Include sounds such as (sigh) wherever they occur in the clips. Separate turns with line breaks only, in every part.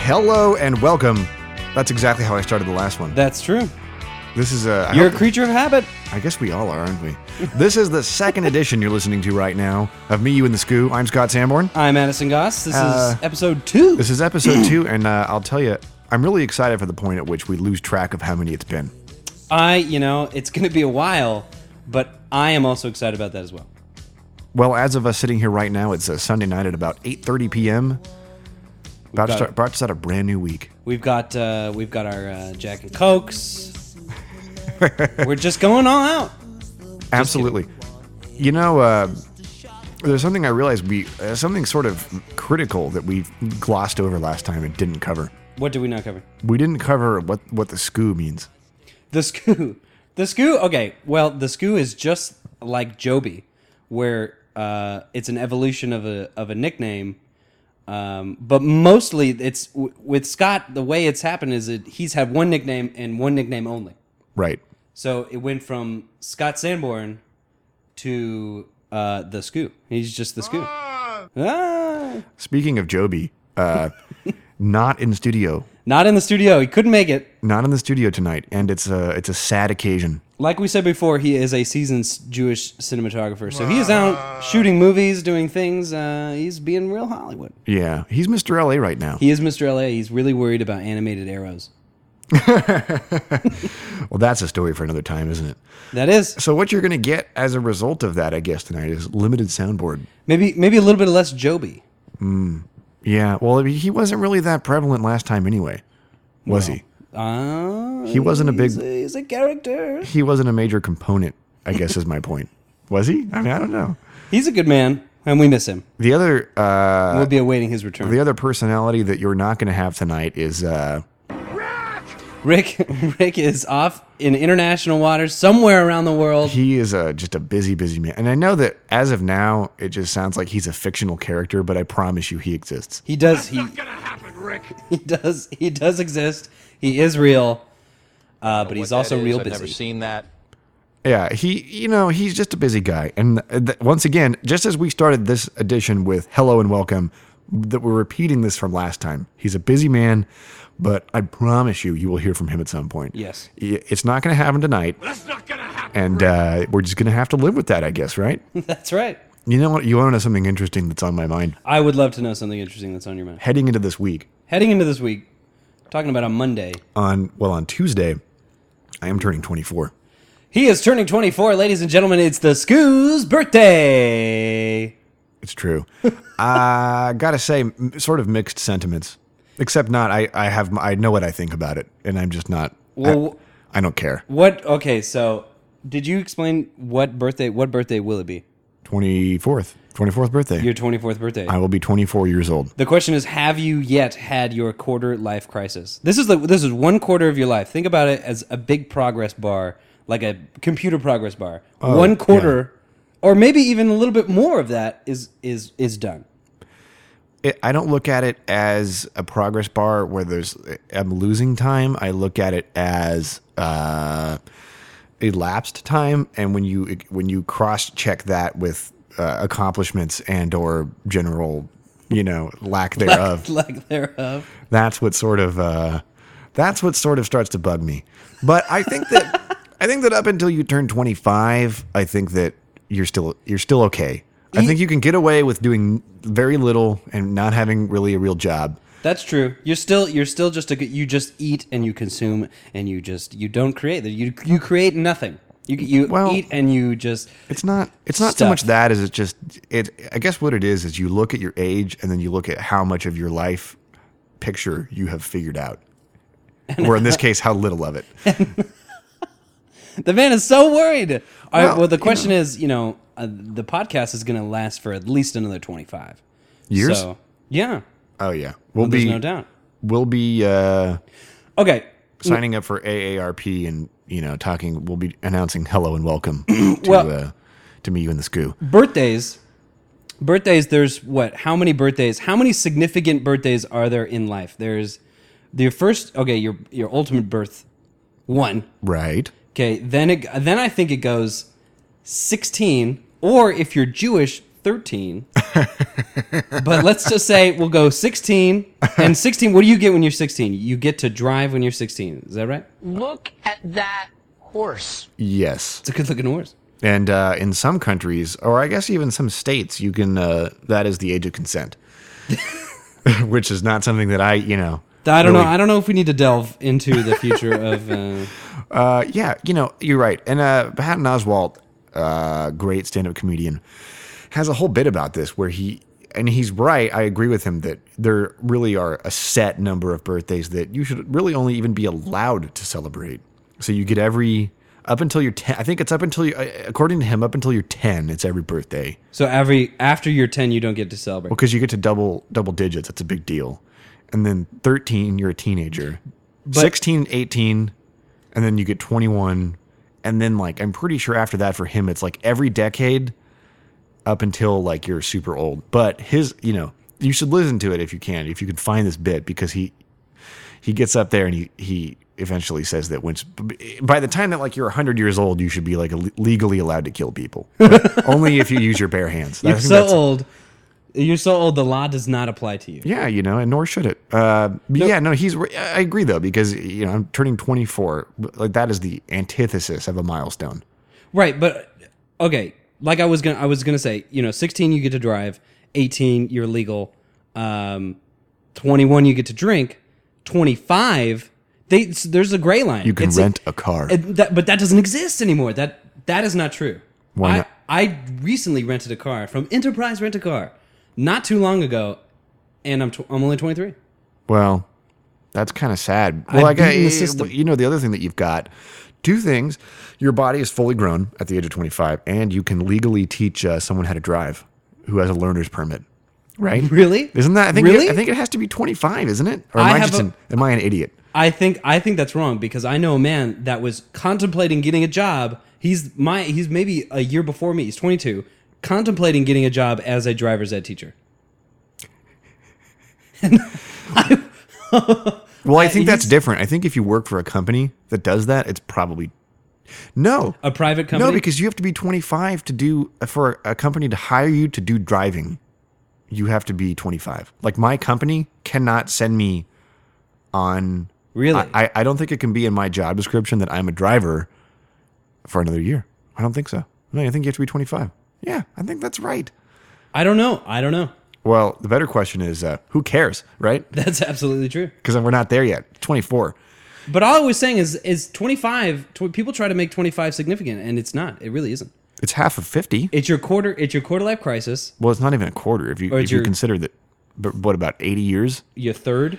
hello and welcome. That's exactly how I started the last one.
That's true.
This is a. I
You're a
hope-
creature of habit.
I guess we all are, aren't we? This is the second edition you're listening to right now of Me, You, and the Scoo. I'm Scott Sanborn.
I'm Addison Goss. This
Uh,
is episode two.
This is episode two, and uh, I'll tell you, I'm really excited for the point at which we lose track of how many it's been.
I, you know, it's going to be a while, but I am also excited about that as well.
Well, as of us sitting here right now, it's a Sunday night at about 8:30 p.m. About to,
got-
start, about to start a brand new week.
We've got uh, we've got our uh, Jack
(laughs)
and Cokes. We're just going all out.
Absolutely. You know, uh, there's something I realized we uh, something sort of critical that we glossed over last time and didn't cover.
What did we not cover?
We didn't cover what what the scoo means.
The Scoo. The Scoo. Okay. Well, the Scoo is just like Joby, where uh, it's an evolution of a of a nickname. Um, but mostly, it's w- with Scott. The way it's happened is that he's had one nickname and one nickname only.
Right.
So it went from Scott Sanborn to uh, the Scoo. He's just the Scoo. Ah.
Speaking of Joby, uh, not in studio,
Not in the studio. He couldn't make it.
not in the studio tonight, and it's a it's a sad occasion.
like we said before, he is a seasoned s- Jewish cinematographer. So he is out shooting movies, doing things. Uh, he's being real Hollywood.
Yeah, he's Mr. LA right now.
He is Mr. LA. He's really worried about animated arrows.
Well, that's a story for another time, isn't it?
That is
So what you're going to get as a result of that, I guess, tonight is limited soundboard.
maybe maybe a little bit less Joby.
Yeah. Well, I mean, he wasn't really that prevalent last time, anyway, was he?
Uh,
He wasn't a big-
He's a, he's a character.
he wasn't a major component, I guess is my point. Was he? I mean, I don't know.
He's a good man, and we miss him.
The other uh,
We'll be awaiting his return.
the other personality that you're not going to have tonight is uh,
Rick (laughs) Rick is off in international waters somewhere around the world.
he is a, just a busy, busy man. And I know that as of now, it just sounds like he's a fictional character, but I promise you, he exists.
He does. He, (laughs) He does. He does exist. He is real, uh, but he's
what
also
that is.
real
I've
busy.
Never seen that.
Yeah, he, you know, he's just a busy guy. And uh, th- once again, just as we started this edition with hello and welcome, that we're repeating this from last time. He's a busy man, but I promise you, you will hear from him at some point.
Yes.
Y- It's not going to happen tonight.
That's not gonna happen.
And uh, we're just going to have to live with that, I guess, right?
(laughs) That's right.
you know what? You want to know something interesting that's on my mind
I would love to know something interesting that's on your mind.
heading into this week.
Heading into this week, talking about on Monday,
On well, on Tuesday, I am turning 24.
he is turning 24. Ladies and gentlemen, it's the Scoo's birthday.
It's true. I gotta say, m- sort of mixed sentiments. Except not. I I have. my- I know what I think about it, and I'm just not.
Well-
I, I don't care.
What? Okay, so did you explain what birthday? What birthday will it be?
24th, 24th birthday.
Your 24th birthday.
I will be 24 years old.
The question is, have you yet had your quarter life crisis? This is the this is one quarter of your life. Think about it as a big progress bar, like a computer progress bar. One quarter, or maybe even a little bit more of that is is is done.
It, I don't look at it as a progress bar where there's I'm losing time. I look at it as uh, elapsed time, and when you when you cross check that with uh, accomplishments and or general, you know, lack thereof.
(laughs) Like thereof.
that's what sort of uh, that's what sort of starts to bug me. But I think that I think that up until you turn 25, I think that you're still you're still okay. I think you can get away with doing very little and not having really a real job.
That's true. You're still you're still just a g- you just eat and you consume and you just you don't create. You you create nothing. You you
Well-
eat and you just
It's not it's not so
Stuff.
much that as it's just it I guess what it is is you look at your age and then you look at how much of your life picture you have figured
(laughs)
out. or in this case, how little of it.
The man is so worried. All right.
Well,
Well, the
you
question is, you know, uh, the podcast is going to last for at least another twenty-five
Years?
So, yeah,
Oh yeah. We'll
there's
be
no doubt.
we'll be uh
Okay.
signing up for AARP and you know talking. We'll be announcing hello and welcome to
Well-
uh, to me you and the Scoo.
Birthdays. Birthdays. There's what? How many birthdays? How many significant birthdays are there in life? There's your first. Okay, your your ultimate birth. One.
Right.
Okay. Then it.
(laughs)
Then I think it goes sixteen, or if you're Jewish, thirteen. but let's just say we'll go 16 and 16 what do you get when you're 16 you get to drive when you're 16 is that right
Look at that horse.
Yes.
it's a good looking horse
And uh, in some countries, or I guess even some states, you can, uh, that is the age of consent, (laughs) which is not something that I, you know.
i don't know
really-
i don't know if we need to delve into the future of uh, (laughs)
Uh, yeah, you know, you're right. And uh, Patton Oswalt, uh, great stand up comedian, has a whole bit about this where he, and he's right. I agree with him that there really are a set number of birthdays that you should really only even be allowed to celebrate. So you get every, up until you're 10, I think it's up until you, uh, according to him, up until you're 10, it's every birthday.
so every after you're 10 you don't get to celebrate
because you get to double double digits that's a big deal and then 13 you're a teenager Sixteen, eighteen, 16 18 and then you get 21 and then like i'm pretty sure after that for him it's like every decade up until like you're super old but his you know you should listen to it if you can if you can find this bit because he he gets up there and he he eventually says that once by the time that like you're 100 years old you should be like le- legally allowed to kill people (laughs) But only if you use your bare hands I
you're
think
so
that's-
old you're so old the law does not apply to you
yeah, you know, and nor should it. Uh, but yeah, no, he's. I agree though because you know I'm turning 24. Like that is the antithesis of a milestone.
Right, but okay, like I was gonna I was gonna say, you know, 16 you get to drive, 18 you're legal, um 21 you get to drink, 25 they s- there's a gray line.
You can rent a car.
that, but that doesn't exist anymore. That that is not true.
Why
I-
not?
I recently rented a car from Enterprise Rent a Car not too long ago and I'm tw- I'm only 23.
well, that's kind of sad. Well, like
beaten
I, eh,
the system.
you know, the other thing that you've got two things: your body is fully grown at the age of 25, and you can legally teach uh, someone how to drive who has a learner's permit. Right?
Really?
Isn't that? I think.
Really?
It, I think it has to be 25, isn't it? Or am
I
I,
have
just
a-
an, am I an idiot?
I think I think that's wrong because I know a man that was contemplating getting a job. He's my he's maybe a year before me. He's 22, contemplating getting a job as a driver's ed teacher.
Well, I think that's
he's-
different. I think if you work for a company that does that, it's probably no.
A private company.
No, because you have to be 25 to do for a company to hire you to do driving. You have to be 25. Like my company cannot send me on.
really,
I, I- I don't think it can be in my job description that I'm a driver for another year. I don't think so. No, I think you have to be 25. Yeah, I think that's right.
I don't know. I don't know. (laughs)
Well, the better question is uh, who cares, right?
That's absolutely true.
Because we're not there yet. 24.
But all I was saying is is 25. Tw- people try to make 25 significant, and it's not. It really isn't.
It's half of 50.
It's your quarter. It's your quarter life crisis.
Well, it's not even a quarter if you
Or
if
it's
you
your-
consider that. But what about eighty years?
Your third.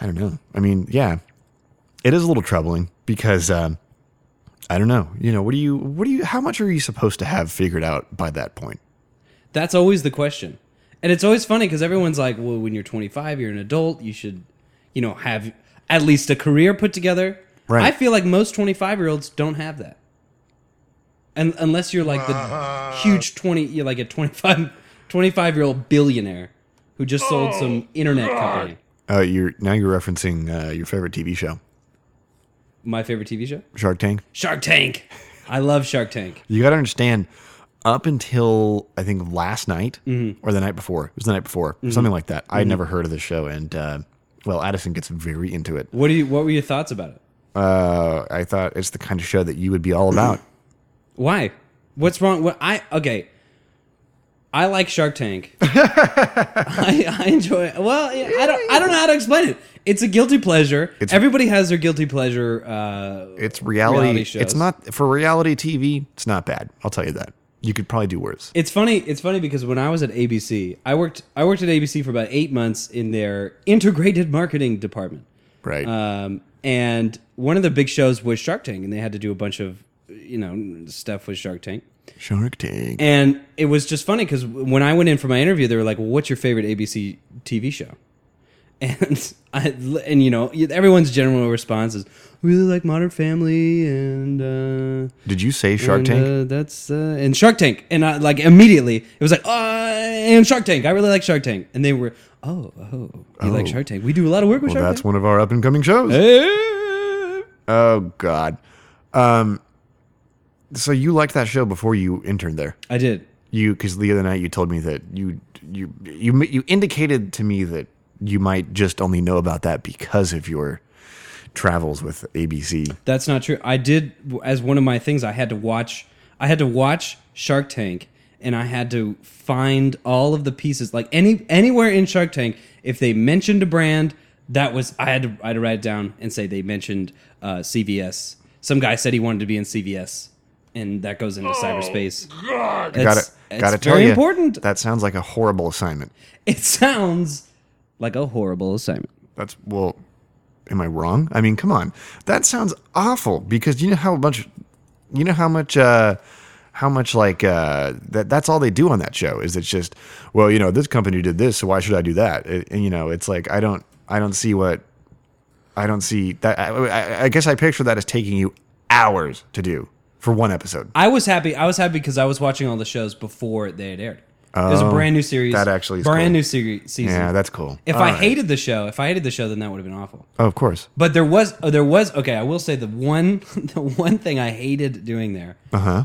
I don't know. I mean, yeah, it is a little troubling because um, I don't know. You know, what do you what do you how much are you supposed to have figured out by that point?
That's always the question. And it's always funny because everyone's like, well, when you're 25, you're an adult, you should, you know, have at least a career put together.
Right.
I feel like most 25 year olds don't have that. And unless you're like the huge 20, you're like a 25, 25 year old billionaire who just sold some internet company.
Uh, you're now you're referencing uh, your favorite TV show,
My favorite TV show?
Shark Tank.
Shark Tank. I love Shark Tank.
You got to understand, up until I think last night
Mm-hmm.
or the night before, it was the night before, something like that. I'd never heard of the show, and uh, well, Addison gets very into it.
What do you, what were your thoughts about it?
Uh, I thought it's the kind of show that you would be
(clears throat)
all about.
Why? What's wrong? What I okay. I like Shark Tank. I, I enjoy. It. Well, yeah, I don't. I don't know how to explain it. It's a guilty pleasure.
It's-
Everybody has their guilty pleasure. Uh,
It's reality.
Reality shows.
It's not for reality TV. It's not bad. I'll tell you that. You could probably do worse.
it's funny. It's funny because when I was at ABC, I worked. I worked at ABC for about eight months in their integrated marketing department.
Right.
Um, and one of the big shows was Shark Tank, and they had to do a bunch of you know stuff with Shark Tank.
Shark Tank.
And it was just funny because when I went in for my interview, they were like, well, "What's your favorite ABC TV show?" (laughs) And I and you know everyone's general response is really like Modern Family and uh,
Did you say Shark
and,
Tank?
Uh, that's uh, and Shark Tank. And I like immediately it was like, "Oh, and Shark Tank. I really like Shark Tank." And they were, "Oh, oh, you like Shark Tank? We do a lot of work with
well,
Shark
that's
Tank."
one of our up and coming shows.
Eh.
Oh God. Um. So you liked that show before you interned there?
I did.
you because the other night you told me that you you you you indicated to me that you might just only know about that because of your travels with ABC.
That's not true. I did as one of my things. I had to watch. I had to watch Shark Tank, and I had to find all of the pieces. Like any anywhere in Shark Tank, if they mentioned a brand, that was I had to I had to write it down and say they mentioned uh, CVS. Some guy said he wanted to be in CVS, and that goes into cyberspace. God,
Got it.
It's
Got to tell
very
you,
important.
That sounds like a horrible assignment.
It sounds like a horrible assignment.
That's well. Am I wrong? I mean, come on. That sounds awful because you know how much, you know how much, uh, how much like uh, that. That's all they do on that show is it's just, well, you know, this company did this, so why should I do that? It- and you know, it's like I don't, I don't see what, I don't see that. I, I, I guess I picture that as taking you hours to do for one episode.
I was happy. I was happy because I was watching all the shows before they had aired. it was a
Oh,
brand new series.
that actually is
brand
cool.
new series season.
Yeah, that's cool.
if
All
I
right.
hated the show, if I hated the show, then that would have been awful.
oh, of course,
But there was, oh, there was. Okay, I will say the one, (laughs) the one thing I hated doing there
uh huh.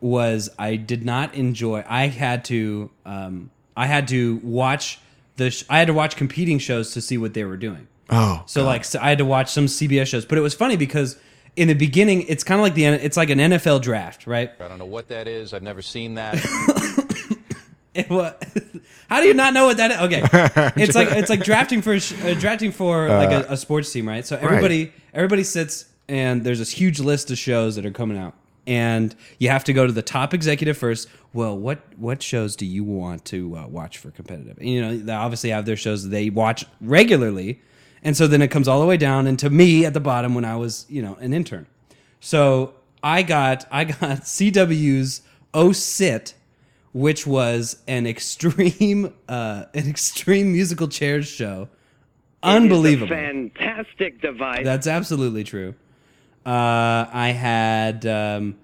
was I did not enjoy. I had to, um, I had to watch the. Sh- I had to watch competing shows to see what they were doing.
Oh,
So like so I had to watch some CBS shows, but it was funny because in the beginning it's kind of like the N- it's like an NFL draft, right?
I don't know what that is. I've never seen that.
(laughs) It wa- How do you not know what that is? Okay, it's like it's like drafting for a sh- uh, drafting for like a, a sports team, right? So everybody everybody sits and there's this huge list of shows that are coming out, and you have to go to the top executive first. Well, what what shows do you want to uh, watch for competitive? And, you know, they obviously have their shows that they watch regularly, and so then it comes all the way down and to me at the bottom when I was you know an intern. So I got I got (laughs) CW's O Sit which was an extreme (laughs) uh an extreme musical chairs show unbelievable
fantastic device.
that's absolutely true uh i had um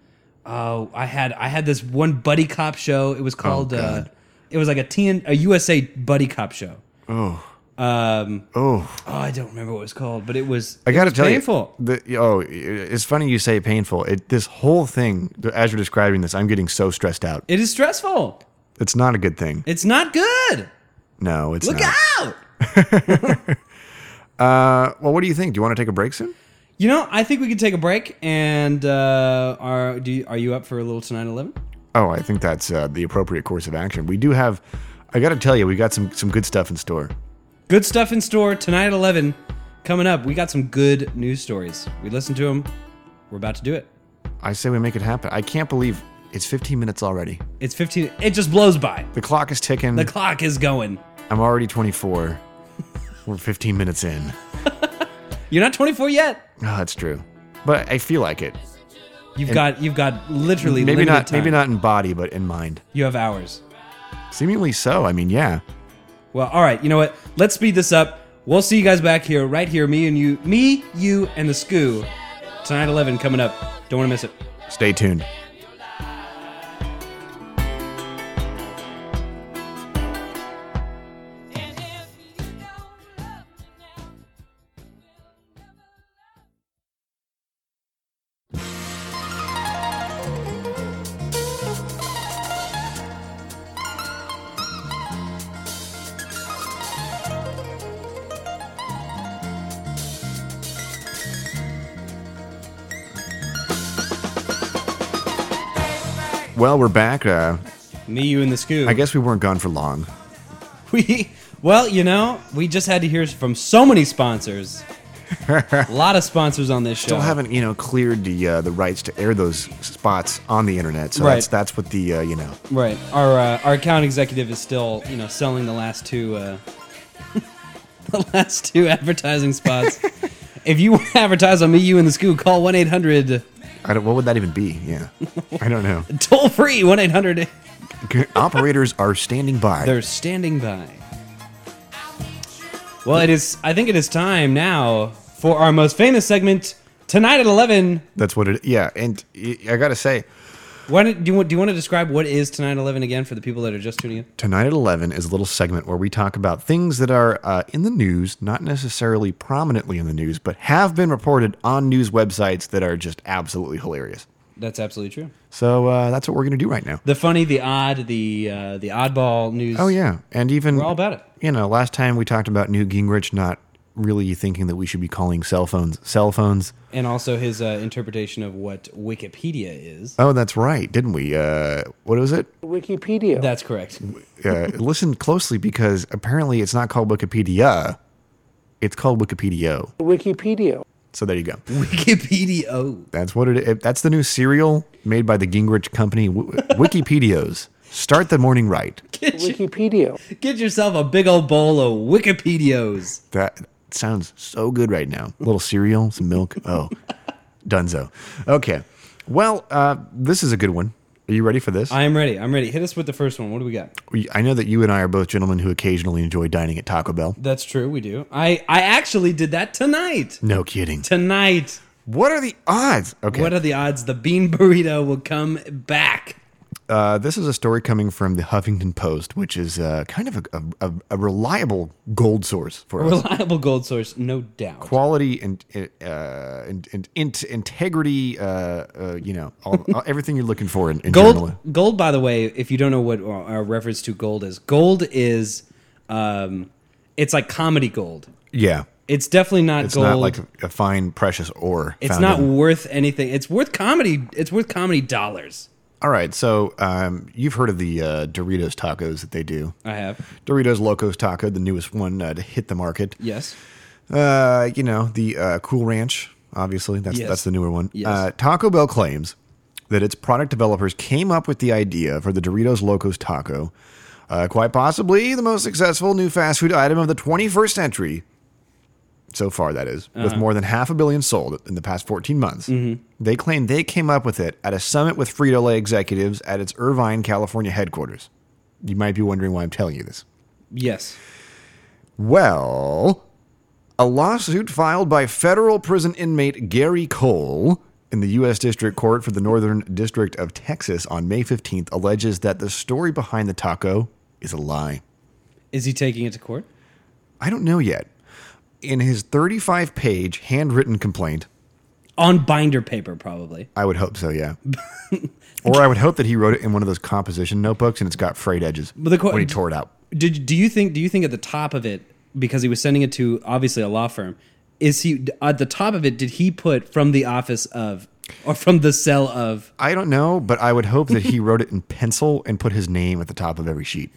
oh i had i had this one buddy cop show it was
Oh,
called uh it was like a TN, a usa buddy cop show
oh,
um
oh.
oh i don't remember what it was called but it was
I
it
got to
was
tell
painful
you, the, oh, it's funny you say painful. It, this whole thing, as you're describing this, I'm getting so stressed out.
it is stressful
It's not a good thing.
it's not good
No, it's
look
not.
out
Uh, well, what do you think? Do you want to take a break soon?
you know i think we could take a break and uh are do you, are you up for a little tonight 11
Oh, I think that's uh, the appropriate course of action. We do have. I got to tell you, we got some some good stuff in store.
Good stuff in store tonight at 11. Coming up, we got some good news stories. We listened to them. We're about to do it.
I say we make it happen. I can't believe it's 15 minutes already.
It's 15. It just blows by.
The clock is ticking.
The clock is going.
I'm already 24. We're 15 minutes in.
You're not 24 yet.
Oh, that's true. But I feel like it.
You've got you've got literally
Maybe
limited
not.
time.
Maybe not in body, but in mind.
You have hours.
Seemingly so. I mean, yeah.
Well, all right. You know what? Let's speed this up. We'll see you guys back here, right here. Me and you, me, you, and the Scoo. Tonight at 11 coming up. Don't want to miss it.
Stay tuned. Well, we're back. Uh,
Me, you, and the Scoo.
I guess we weren't gone for long.
(laughs) We well, you know, we just had to hear from so
(laughs)
many sponsors. a lot of sponsors on this show.
Still haven't, you know, cleared the uh, the rights to air those spots on the internet. So that's
Right.
that's what the uh, you know.
Right. Our uh, our account executive is still, you know, selling the last two uh, (laughs) the last two advertising (laughs) spots. if you want to advertise on me, you and the school, call one eight hundred
I don't, what would that even be? Yeah, (laughs) I don't know.
toll free one eight hundred.
Operators are standing by.
They're standing by. Well, it is. I think it is time now for our most famous segment tonight at eleven.
that's what it. Yeah, and y- I gotta say,
Why don't, do you want, do you want to describe what is tonight at eleven again for the people that are just tuning in?
tonight at eleven is a little segment where we talk about things that are uh, in the news, not necessarily prominently in the news, but have been reported on news websites that are just absolutely hilarious.
That's absolutely true.
So uh, that's what we're going to do right now.
The funny, the odd, the uh, the oddball news.
Oh yeah, and even
We're all about it.
You know, last time we talked about Newt Gingrich not really thinking that we should be calling cell phones cell phones.
and also his uh, interpretation of what Wikipedia is.
Oh, that's right, didn't we? Uh, what was it?
Wikipedia.
That's correct.
Uh, listen closely because apparently it's not called Wikipedia. It's called Wikipedia.
Wikipedia.
So there you go.
Wikipedia. Oh,
That's what it. it- That's the new cereal made by the Gingrich company. W- (laughs) Wikipedios start the morning right.
Wikipedia.
get yourself a big old bowl of Wikipedios.
That sounds so good right now. A little cereal, some milk. Oh, (laughs) dunzo. Okay. Well, uh, this is a good one. Are you ready for this? I,
I am ready. I'm ready. Hit us with the first one. What do we got?
I know that you and I are both gentlemen who occasionally enjoy dining at Taco Bell.
That's true. We do. I I actually did that tonight.
No kidding.
Tonight.
What are the odds? Okay.
What are the odds the bean burrito will come back?
Uh, this is a story coming from the Huffington Post, which is uh, kind of a, a, a, a reliable gold source for us.
Reliable gold source, no doubt.
quality and uh, and, and int- integrity. Uh, uh, you know, all,
(laughs)
all- everything you're looking for in, in
gold
journalism.
gold by the way if you don't know what uh, our reference to gold is gold is um it's like comedy gold
Yeah,
it's definitely not
it's
gold
not like a, a fine precious ore.
it's
found
not
in-
worth anything it's worth comedy it's worth comedy dollars
all right, so um, you've heard of the uh, Doritos tacos that they do.
i have
Doritos Locos Taco, the newest one uh, to hit the market.
yes
Uh, you know, the uh, Cool Ranch, obviously. That's
Yes.
that's the newer one.
Yes.
Uh, Taco Bell claims that its product developers came up with the idea for the Doritos Locos Taco, uh, quite possibly the most successful new fast food item of the 21st century. So far, that is,
Uh-huh.
with more than half a billion sold in the past 14 months.
Mm-hmm.
They claim they came up with it at a summit with Frito Lay executives at its Irvine, California headquarters. You might be wondering why I'm telling you this.
yes
Well, a lawsuit filed by federal prison inmate Gary Cole in the U.S. District Court for the Northern District of Texas on May 15th alleges that the story behind the taco is a lie.
is he taking it to court
I don't know yet. In his 35 page handwritten complaint,
on binder paper probably
I would hope so, yeah. or I would hope that he wrote it in one of those composition notebooks and it's got frayed edges
the co-
when he tore it out.
Did do you think do you think at the top of it because he was sending it to obviously a law firm is he at the top of it did he put from the office of or from the cell of (laughs)
I don't know, but I would hope that he wrote it in pencil and put his name at the top of every sheet.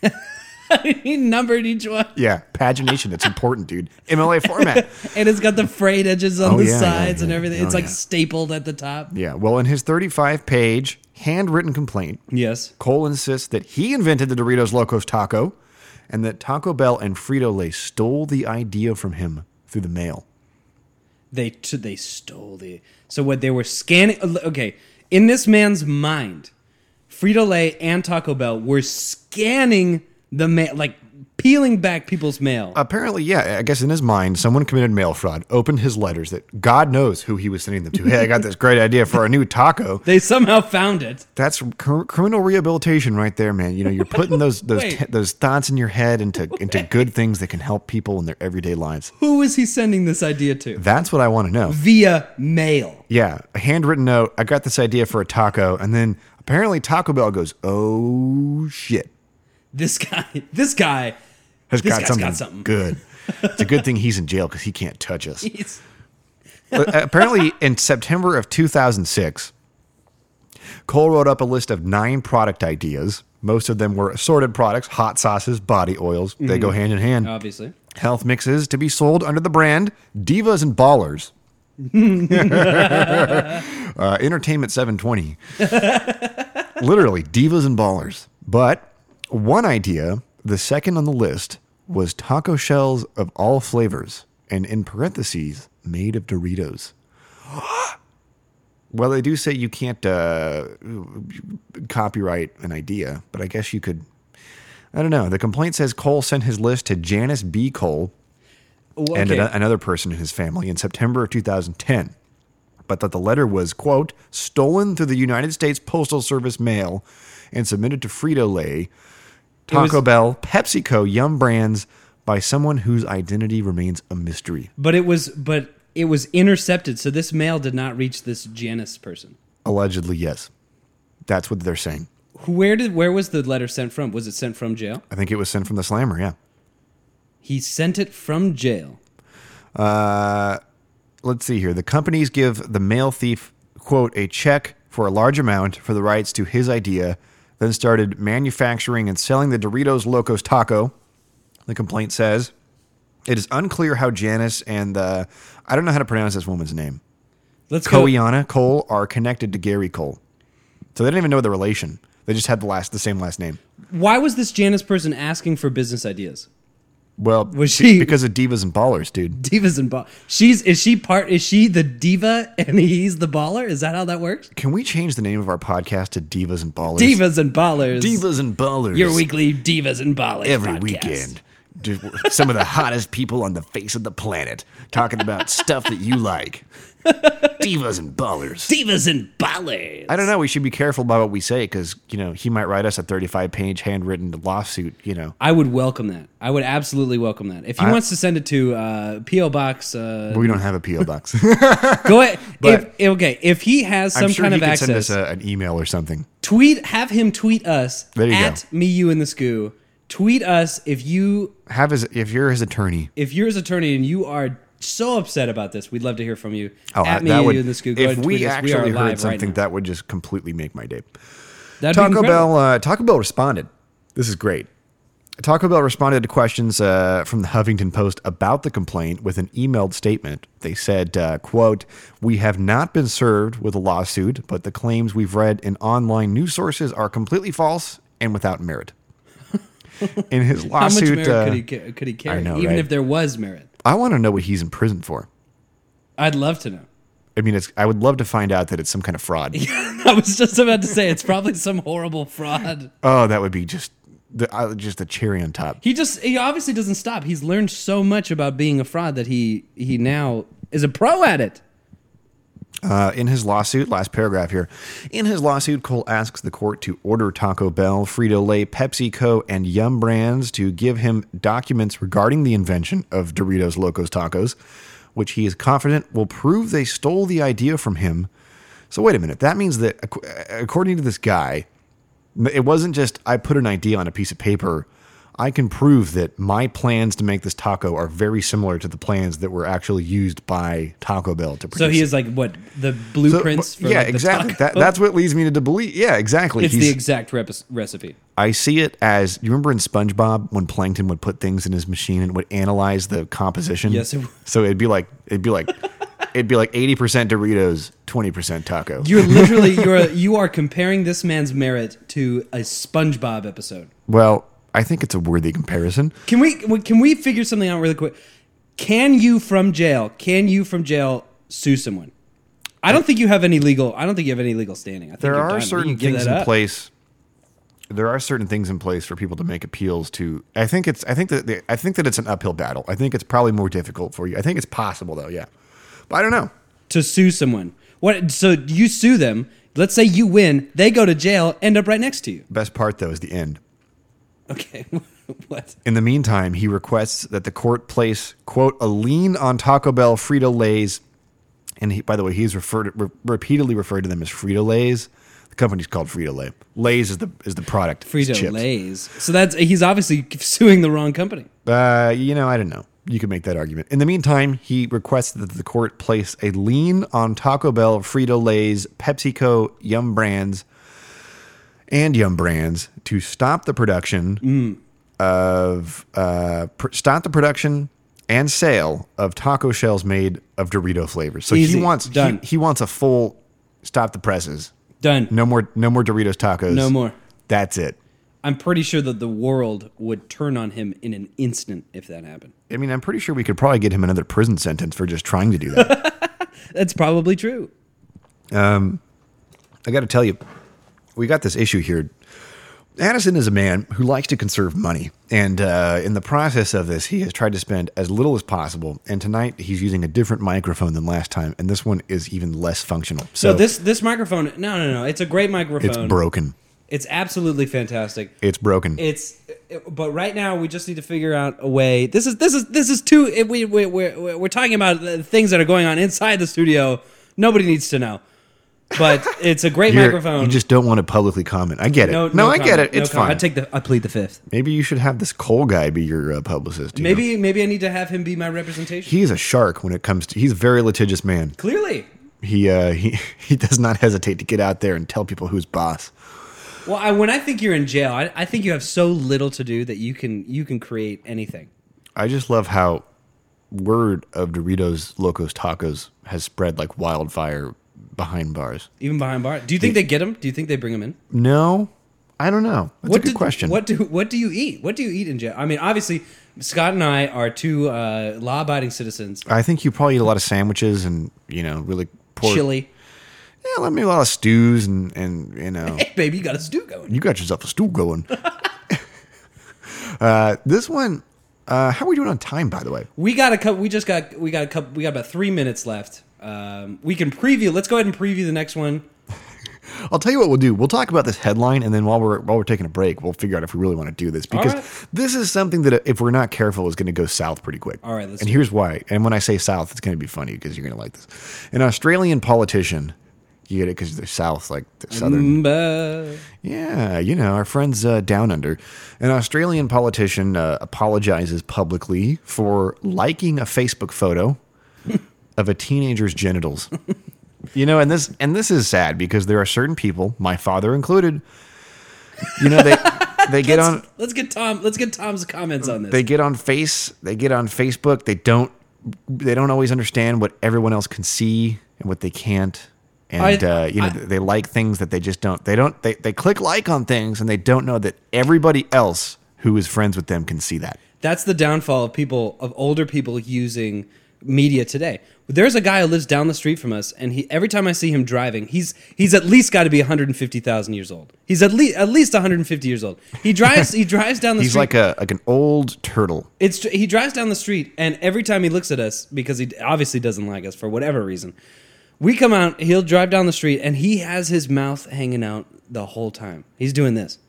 he numbered each one
Yeah, pagination. It's important, dude. MLA format.
and it's got the frayed edges on
Oh,
the
yeah, yeah,
sides and
yeah.
everything
Oh,
it's like
yeah.
stapled at the top
Yeah. Well, in his 35 page handwritten complaint,
yes
Cole insists that he invented the Doritos Locos taco and that Taco Bell and Frito Lay stole the idea from him through the mail.
they t- they stole the so what they were scanning uh, okay in this man's mind Frito Lay and Taco Bell were scanning the mail like peeling back people's mail
Apparently, yeah, I guess in his mind, someone committed mail fraud, opened his letters that God knows who he was sending them to. Hey, I got this great idea for a new taco.
they somehow found it
That's cr- criminal rehabilitation right there, man. You know, you're putting those those
Wait.
t- those thoughts in your head into into good things that can help people in their everyday lives.
Who is he sending this idea to?
That's what I want to know.
Via mail.
Yeah, a handwritten note. I got this idea for a taco, and then apparently Taco Bell goes, "Oh shit,
This guy. (laughs) This guy.
has
This
got,
guy's
something
got something.
good." it's a good thing he's in jail because he can't touch
(laughs)
us.
It's,
Uh, apparently, in September of 2006, Cole wrote up a list of nine product ideas. Most of them were assorted products, hot sauces, body oils. They
Mm-hmm.
go hand in
Oh,
hand.
obviously.
Health mixes to be sold under the brand Divas and Ballers. uh, Entertainment 720. (laughs) Literally, Divas and Ballers. But one idea, the second on the list, was taco shells of all flavors and in parentheses, made of Doritos. (gasps) well, they do say you can't uh, copyright an idea, but I guess you could. I don't know. The complaint says Cole sent his list to Janice B. Cole
Well,
and uh,
okay.
ano- another person in his family in September of 2010, but that the letter was, quote, stolen through the United States Postal Service mail and submitted to Frito Lay, Taco
was-
Bell, PepsiCo, Yum Brands by someone whose identity remains a mystery.
but it was but it was intercepted, so this mail did not reach this Janice person.
Allegedly, yes. That's what they're saying.
Where did where was the letter sent from? Was it sent from jail?
I think it was sent from the slammer. Yeah.
He sent it from jail.
Uh, let's see here. The companies give the mail thief, quote, a check for a large amount for the rights to his idea, then started manufacturing and selling the Doritos Locos Taco. The complaint says it is unclear how Janice and the, I don't know how to pronounce this woman's name,
Let's go.
Koiana Cole are connected to Gary Cole. So they didn't even know the relation. They just had the last, the same last name.
Why was this Janice person asking for business ideas?
Well,
Was she-
because of divas and ballers, dude?
Divas and ball. She's is she part? Is she the diva and he's the baller? Is that how that works?
Can we change the name of our podcast to Divas and Ballers?
Divas and ballers.
Divas and Ballers.
Your weekly divas and ballers.
every
podcast.
weekend. Just Some of the hottest people on the face of the planet talking about stuff that you like. Divas and ballers.
Divas and ballers.
I don't know. We should be careful about what we say because, you know, he might write us a 35 page handwritten lawsuit, you know.
I would welcome that. I would absolutely welcome that. If he wants to send it to uh, PO Box, uh, (laughs)
But we don't have a P.O. (laughs) box.
go ahead.
(laughs) But-
if, okay, if he has some
I'm sure
kind
he
of
could
access,
send us a, an email or something.
tweet. Have him tweet us
There you go.
at me, you, and the Scoo. Tweet us if you
Have his, if you're his attorney.
if you're his attorney and you are so upset about this. We'd love to hear from you.
Oh,
at
I-
me,
that
you,
would,
and the Scoo. Go ahead
if
and
we
tweet us.
actually
are
heard
live
something,
right now.
that would just completely make my day.
That'd be
Taco
incredible.
Bell. Uh, Taco Bell responded. This is great. Taco Bell responded to questions uh, from the Huffington Post about the complaint with an emailed statement. They said, uh, "quote We have not been served with a lawsuit, but the claims we've read in online news sources are completely false and without
(laughs)
merit." In his
How much
lawsuit,
merit
uh,
could he ca- could he carry?
know,
even
right?
if there was merit,
I want to know what he's in prison for.
I'd love to know. (laughs)
I mean, it's, I would love to find out that it's some kind of fraud.
I was just about to say it's probably some horrible fraud.
oh, that would be just the uh, just the cherry on top.
He just he obviously doesn't stop. He's learned so much about being a fraud that he he now is a pro at it.
Uh, in his lawsuit, last paragraph here. In his lawsuit, Cole asks the court to order Taco Bell, Frito Lay, PepsiCo, and Yum Brands to give him documents regarding the invention of Doritos Locos Tacos, which he is confident will prove they stole the idea from him. So, wait a minute. That means that, ac- according to this guy, it wasn't just I put an idea on a piece of paper. I can prove that my plans to make this taco are very similar to the plans that were actually used by Taco Bell to produce
So he
it.
is like what the
So,
blueprints
but-
for
yeah,
like, the
exactly.
taco-
That, that's what leads me to, to believe. Yeah, exactly.
it's
He's-
the exact rep- recipe.
I see it as you remember in SpongeBob when Plankton would put things in his machine and would analyze the composition.
Yes, it w-
so it'd be like it'd be
(laughs)
like it'd be like eighty percent Doritos, twenty percent taco.
You're literally you're you are comparing this man's merit to a SpongeBob episode.
well, I think it's a worthy comparison.
Can we can we figure something out really quick? Can you from jail? Can you from jail sue someone? I don't think you have any legal. I don't think you have any legal standing. I think
There
you're
are
done. You
certain
can give
things
that
in
up.
place. There are certain things in place for people to make appeals to. I think it's. I think that. the- I think that it's an uphill battle. I think it's probably more difficult for you. I think it's possible though. Yeah, but I don't know.
to sue someone. What? So you sue them. Let's say you win. They go to jail. End up right next to you.
Best part though is the end.
Okay. (laughs) what?
In the meantime, he requests that the court place, quote, a lien on Taco Bell, Frito Lay's, and he, by the way, he's referred re- repeatedly referred to them as Frito Lay's. The company's called Frito Lay. Lay's is the is the product. It's
Frito
chips.
Lay's. So that's he's obviously suing the wrong company.
Uh, you know, I don't know. You can make that argument. In the meantime, he requests that the court place a lien on Taco Bell, Frito Lay's, PepsiCo, Yum Brands, and Yum Brands to stop the production
Mm.
of uh, pr- stop the production and sale of taco shells made of Dorito flavors. So
Easy.
he wants he,
Done.
he wants a full stop the presses.
Done.
No more no more Doritos tacos.
No more.
That's it.
I'm pretty sure that the world would turn on him in an instant if that happened.
I mean, I'm pretty sure we could probably get him another prison sentence for just trying to do that.
That's probably true.
I got to tell you, we got this issue here. Addison is a man who likes to conserve money, and uh, in the process of this, he has tried to spend as little as possible. And tonight, he's using a different microphone than last time, and this one is even less functional. So
So this this microphone, no, no, no, it's a great microphone.
it's broken.
It's absolutely fantastic.
It's broken.
It's, but right now we just need to figure out a way. This is this is this is too. It, we we we we're, we're talking about the things that are going on inside the studio. Nobody needs to know.
(laughs)
But it's a great
You're-
microphone.
You just don't want to publicly comment. I get it.
no,
No,
no
I get
comment,
it.
no
It's
comment.
fine.
I take the. I plead the fifth.
Maybe you should have this Cole guy be your uh, publicist. you know?
Maybe maybe I need to have him be my representation.
he's a shark when it comes to. He's a very litigious man.
Clearly,
He uh, he (laughs) he does not hesitate to get out there and tell people who's boss.
well, I, when I think you're in jail, I, I think you have so little to do that you can you can create anything.
I just love how word of Doritos Locos Tacos has spread like wildfire behind bars.
Even behind bars. Do you think they get him? Do you think they bring him in?
No, I don't know. That's a good
do,
question.
What do what do you eat? What do you eat in jail? I mean, obviously, Scott and I are two uh, law-abiding citizens.
I think you probably eat a lot of sandwiches and you know really poor
Chili,
Yeah, let me a lot of stews and and you know.
(laughs) hey baby, you got a stew going.
You got yourself a stool going. (laughs) uh, this one, uh, how are we doing on time, by the way?
We got a couple. We just got we got a couple. We got about three minutes left. Um, we can preview. Let's go ahead and preview the next one.
I'll tell you what we'll do. We'll talk about this headline, and then while we're while we're taking a break, we'll figure out if we really want to do this because
right.
this is something that if we're not careful is going to go south pretty quick.
All right, let's
and
do
here's why. And when I say south, it's going to be funny because you're going to like this. An Australian politician, you get it because they're south, like the southern.
Mba.
Yeah, you know, our friends uh, down under. An Australian politician uh, apologizes publicly for liking a Facebook photo of a teenager's genitals. you know, and this and this is sad because there are certain people, my father included, you know, they they get on
Let's get Tom. Let's get Tom's comments on this.
they get on face they get on facebook they don't they don't always understand what everyone else can see and what they can't and
I-
uh, you know
I-
they like things that they just don't they don't they, they click like on things and they don't know that everybody else who is friends with them can see that
That's the downfall of people of older people using media today. There's a guy who lives down the street from us, and he every time I see him driving, he's he's at least got to be 150,000 years old. He's at least at least 150 years old. He drives he drives down the
he's
street.
like a like an old turtle
It's he drives down the street, and every time he looks at us, because he obviously doesn't like us for whatever reason, we come out. He'll drive down the street, and he has his mouth hanging out the whole time. He's doing this,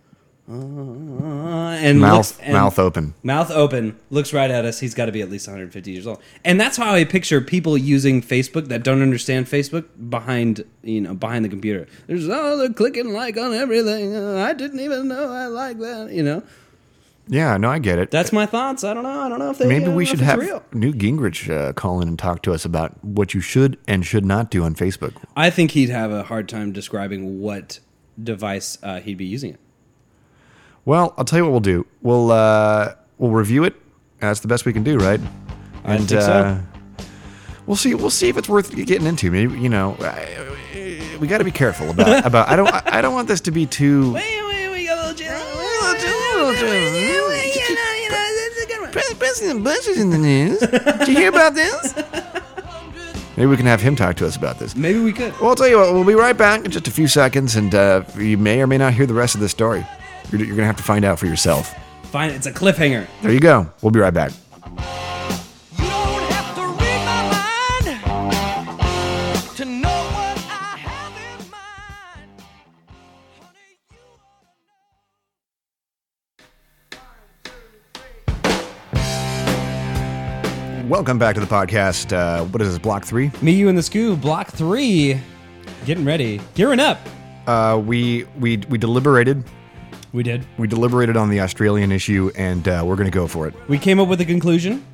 Uh, and
Mouth-
looks- and-
mouth open.
mouth open. Looks right at us. He's got to be at least 150 years old, and that's how I picture people using Facebook that don't understand Facebook behind you know behind the computer. There's oh they're clicking like on everything. Uh, I didn't even know I like that. You know.
yeah no i get it
That's my thoughts. I don't know. I don't know if they. I
maybe
don't
we
know
should
if it's
have
Real.
Newt gingrich uh, call in and talk to us about what you should and should not do on facebook
I think he'd have a hard time describing what device uh, he'd be using it.
Well, I'll tell you what we'll do. We'll uh, we'll review it. That's the best we can do, right? uh,
I think so.
we'll see. We'll see if it's worth getting into. Maybe you know, I- we got to be careful
(laughs)
about about. I don't. I, I don't want this to be too. President Bush is in the news. Did you hear about this? Maybe we can have him talk to us about this.
Maybe we could.
Well, I'll tell you what, we'll be right back in just a few seconds, and uh, you may or may not hear the rest of this story. You're, you're going to have to find out for yourself.
Fine. It's a cliffhanger.
There you go. We'll be right back.
You don't have to read my mind to know what I have in mind. Honey, you ought to know.
Welcome back to the podcast. Uh, what is this, block three?
Me, you, and the Scoo, block three. Getting ready. Gearing up.
Uh, we we we deliberated.
We did.
We deliberated on the Australian issue, and uh, we're going to go for it.
We came up with a conclusion.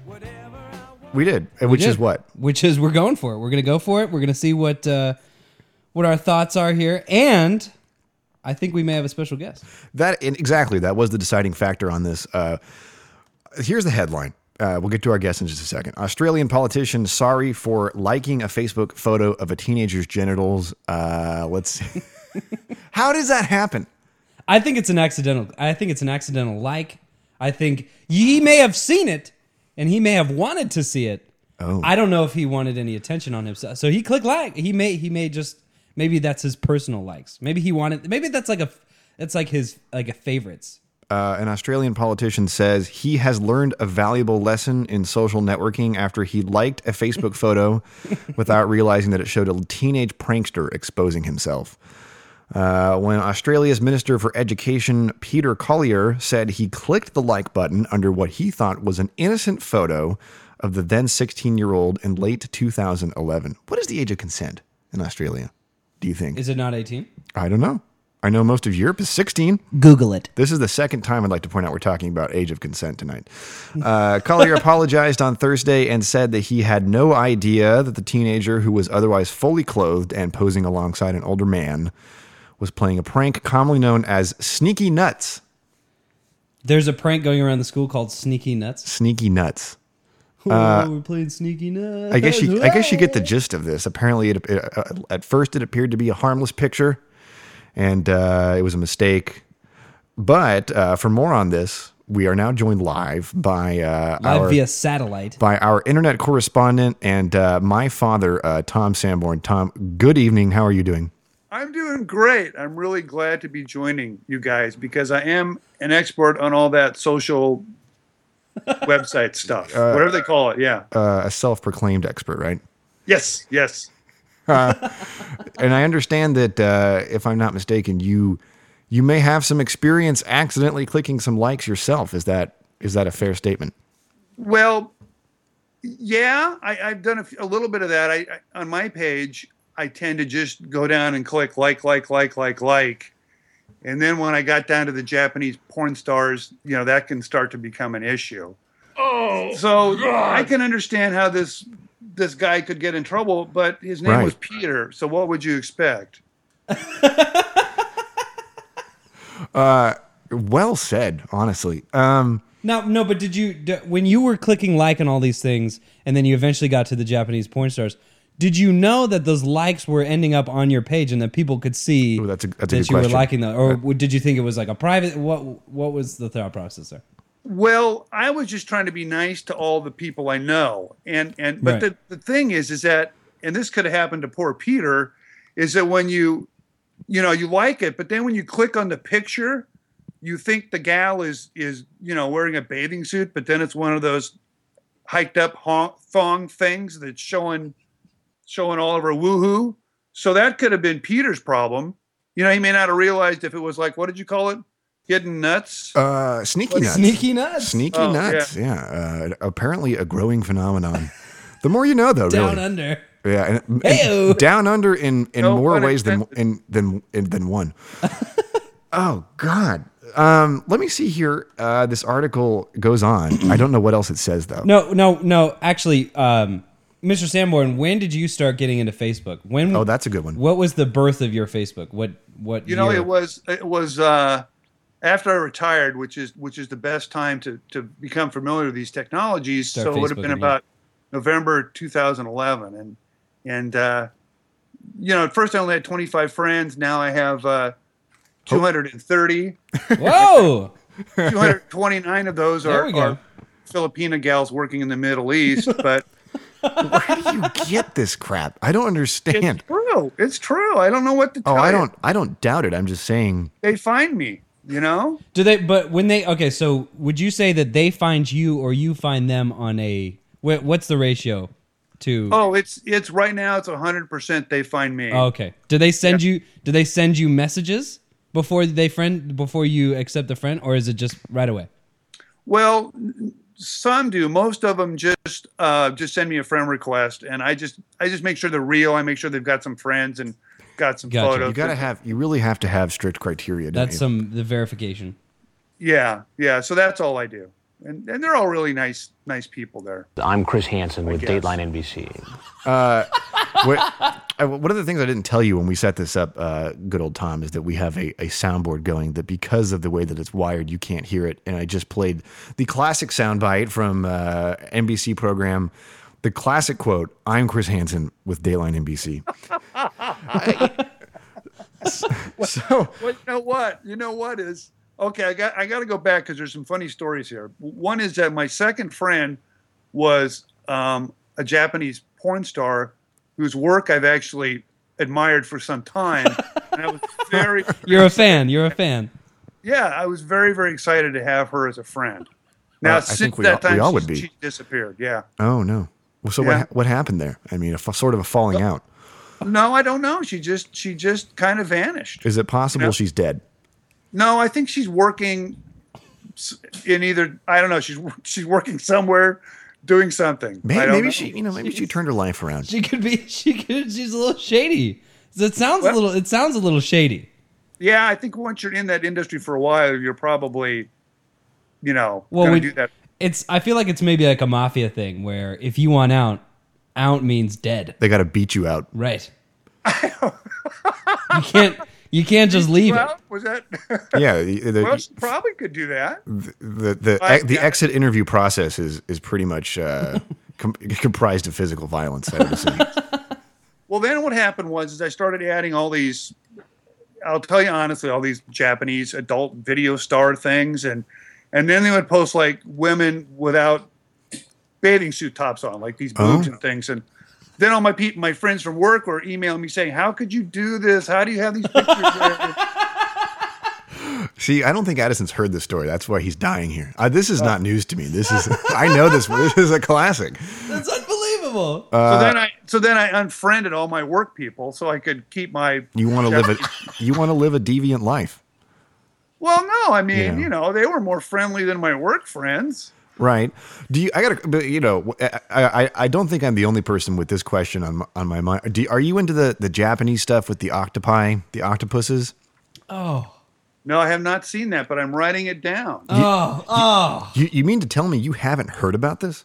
We did, and which is
did.
what
Which is we're going for it. We're going to go for it. We're going to see what uh, what our thoughts are here. And I think we may have a special guest.
that and exactly that was the deciding factor on this. Uh, here's the headline. Uh, we'll get to our guest in just a second. Australian politician sorry for liking a Facebook photo of a teenager's genitals. Uh, let's see. (laughs) How does that happen?
I think it's an accidental. I think it's an accidental like. I think he may have seen it, and he may have wanted to see it.
Oh.
I don't know if he wanted any attention on himself, so he clicked like. He may. He may just. Maybe that's his personal likes. Maybe he wanted. Maybe that's like a. That's like his like a favorites.
Uh, an Australian politician says he has learned a valuable lesson in social networking after he liked a Facebook photo without realizing that it showed a teenage prankster exposing himself. Uh, when Australia's Minister for Education, Peter Collier, said he clicked the like button under what he thought was an innocent photo of the then 16 year old in late 2011. What is the age of consent in Australia? do you think?
Is it not 18?
I don't know. I know most of Europe is 16.
Google it.
This is the second time I'd like to point out we're talking about age of consent tonight. Uh, Collier (laughs) apologized on Thursday and said that he had no idea that the teenager, who was otherwise fully clothed and posing alongside an older man, was playing a prank commonly known as sneaky nuts.
There's a prank going around the school called Sneaky Nuts.
Sneaky nuts.
oh, we're playing Sneaky Nuts.
Uh, I guess you. I guess you get the gist of this. Apparently, it, it, uh, at first it appeared to be a harmless picture, and uh, it was a mistake. But uh, for more on this, we are now joined live by uh,
Live
our
via satellite.
by our internet correspondent and uh, my father, uh, Tom Sanborn. Tom, good evening. How are you doing?
I'm doing great. I'm really glad to be joining you guys because I am an expert on all that social website stuff, whatever they call it. Yeah.
Uh, a self-proclaimed expert, right?
yes. Yes.
And I understand that uh, if I'm not mistaken, you you may have some experience accidentally clicking some likes yourself. Is that is that a fair statement?
Well, yeah, I, I've done a, f- a little bit of that. I, I on my page, I tend to just go down and click like, like, like, like, like, and then when I got down to the Japanese porn stars, you know, that can start to become an issue. Oh, so I can understand how this this guy could get in trouble, but his name
Right.
was Peter. So what would you expect?
Well said, honestly. Um,
Now, no, but did you d- when you were clicking like on all these things, and then you eventually got to the Japanese porn stars? Did you know that those likes were ending up on your page and that people could see
Ooh, that's a- that's a
that
good
you
question.
were liking them, or w did you think it was like a private? What what was the thought process there?
Well, I was just trying to be nice to all the people I know. And and but
Right.
the, the thing is is that and this could have happened to poor Peter, is that when you you know, you like it, but then when you click on the picture, you think the gal is is, you know, wearing a bathing suit, but then it's one of those hiked up hon- thong things that's showing showing all of her woohoo. So that could have been Peter's problem. You know, he may not have realized if it was like, what did you call it? Getting nuts.
uh, sneaky nuts.
Sneaky nuts.
Sneaky
Oh,
nuts. Yeah. Uh, apparently, a growing phenomenon. The more you know, though,
down
really.
under.
Yeah, and- and,
Hey-o.
down under in in
No
more
pun
ways than in, than in, than one. oh God. Um, let me see here. Uh, this article goes on. I don't know what else it says though.
No, no, no. Actually, um, Mr. Sanborn, when did you start getting into Facebook? When?
Oh, that's a good one.
What was the birth of your Facebook? What? What?
You know,
year?
it was it was uh, after I retired, which is which is the best time to to become familiar with these technologies.
Start
so it would have been
Facebooking, yeah.
about November 2011, and and uh, you know, at first I only had 25 friends. Now I have uh,
(laughs)
230. (laughs)
Whoa!
229 of those
There
are,
we go.
are Filipina gals working in the
(laughs)
Middle East, but.
Where do you get this crap? I don't understand.
It's true. It's true. I don't know what to
Oh,
tell
I
you.
don't. I don't doubt it. I'm just saying.
They find me, you know?
Do they? But when they okay, so would you say that they find you or you find them on a wh- what's the ratio to?
Oh, it's it's right now. It's hundred percent. They find me.
okay. Do they send you? Do they send you messages before they friend before you accept the friend, or is it just right away?
Well, n- some do. Most of them just uh, just send me a friend request, and I just I just make sure they're real. I make sure they've got some friends and got some
Gotcha.
photos.
You gotta have. You really have to have strict criteria. Don't
That's
you?
some the verification.
yeah, yeah. So that's all I do, and and they're all really nice nice people there.
I'm Chris Hansen with
guess.
Dateline NBC.
what, I- one of the things I didn't tell you when we set this up, uh, good old Tom, is that we have a, a soundboard going that because of the way that it's wired, you can't hear it. And I just played the classic soundbite from uh, NBC program, the classic quote, I'm Chris Hansen with Dayline (laughs) NBC. I- (laughs) so,
Well, you know what? You know what is okay. I got I got to go back because there's some funny stories here. One is that my second friend was um, a Japanese porn star whose work I've actually admired for some time, and I was very
You're a fan. You're a fan.
yeah, I was very very excited to have her as a friend. Now
Well, I
since
think we all-
that
we
time,
all
she-
would be.
she disappeared. Yeah.
oh no. Well, so what
Yeah.
what, what happened there? I mean, a f- sort of a falling out.
No, I don't know. She just she just kind of vanished.
Is it possible
Yeah.
she's dead?
No, I think she's working s- in either. I don't know. She's she's working somewhere, doing something. I
Maybe,
don't
maybe
(laughs)
know.
she, you know, maybe she turned her life around.
She could be. She could. She's a little shady. It sounds a little. It sounds a little shady.
Yeah, I think once you're in that industry for a while, you're probably, you know,
Well,
gonna
we-
do that.
It's. I feel like it's maybe like a mafia thing where if you want out, out means dead.
They got to beat you
(laughs)
out.
(laughs) Right. you can't. You can't just leave it.
Well, was that? (laughs)
Yeah, the the,
well, she probably could do that.
the, the,
Well,
the
yeah.
exit interview process is is pretty much uh, (laughs) com- comprised of physical violence. I would
(laughs)
assume.
Well, then what happened was is I started adding all these. I'll tell you honestly, all these Japanese adult video star things, and and then they would post like women without bathing suit tops on, like these boobs
Oh.
and things, and then all my people, my friends from work, were emailing me saying, "How could you do this? How do you have these pictures?"
(laughs)
there?"
See, I don't think Addison's heard this story. That's why he's dying here. Uh, this
Oh.
is not news to me. This is I know this. This is a classic.
That's unbelievable.
Uh,
so then I so then I unfriended all my work people so I could keep my.
You want to live a you want to live a deviant life,
Well, no, I mean,
Yeah.
you know, they were more friendly than my work friends.
right? Do you? I gotta. But you know, I, I I don't think I'm the only person with this question on my, on my mind. Do, are you into the the Japanese stuff with the octopi, the octopuses?
oh.
No, I have not seen that, but I'm writing it down.
Oh. Oh.
You you mean to tell me you haven't heard about this?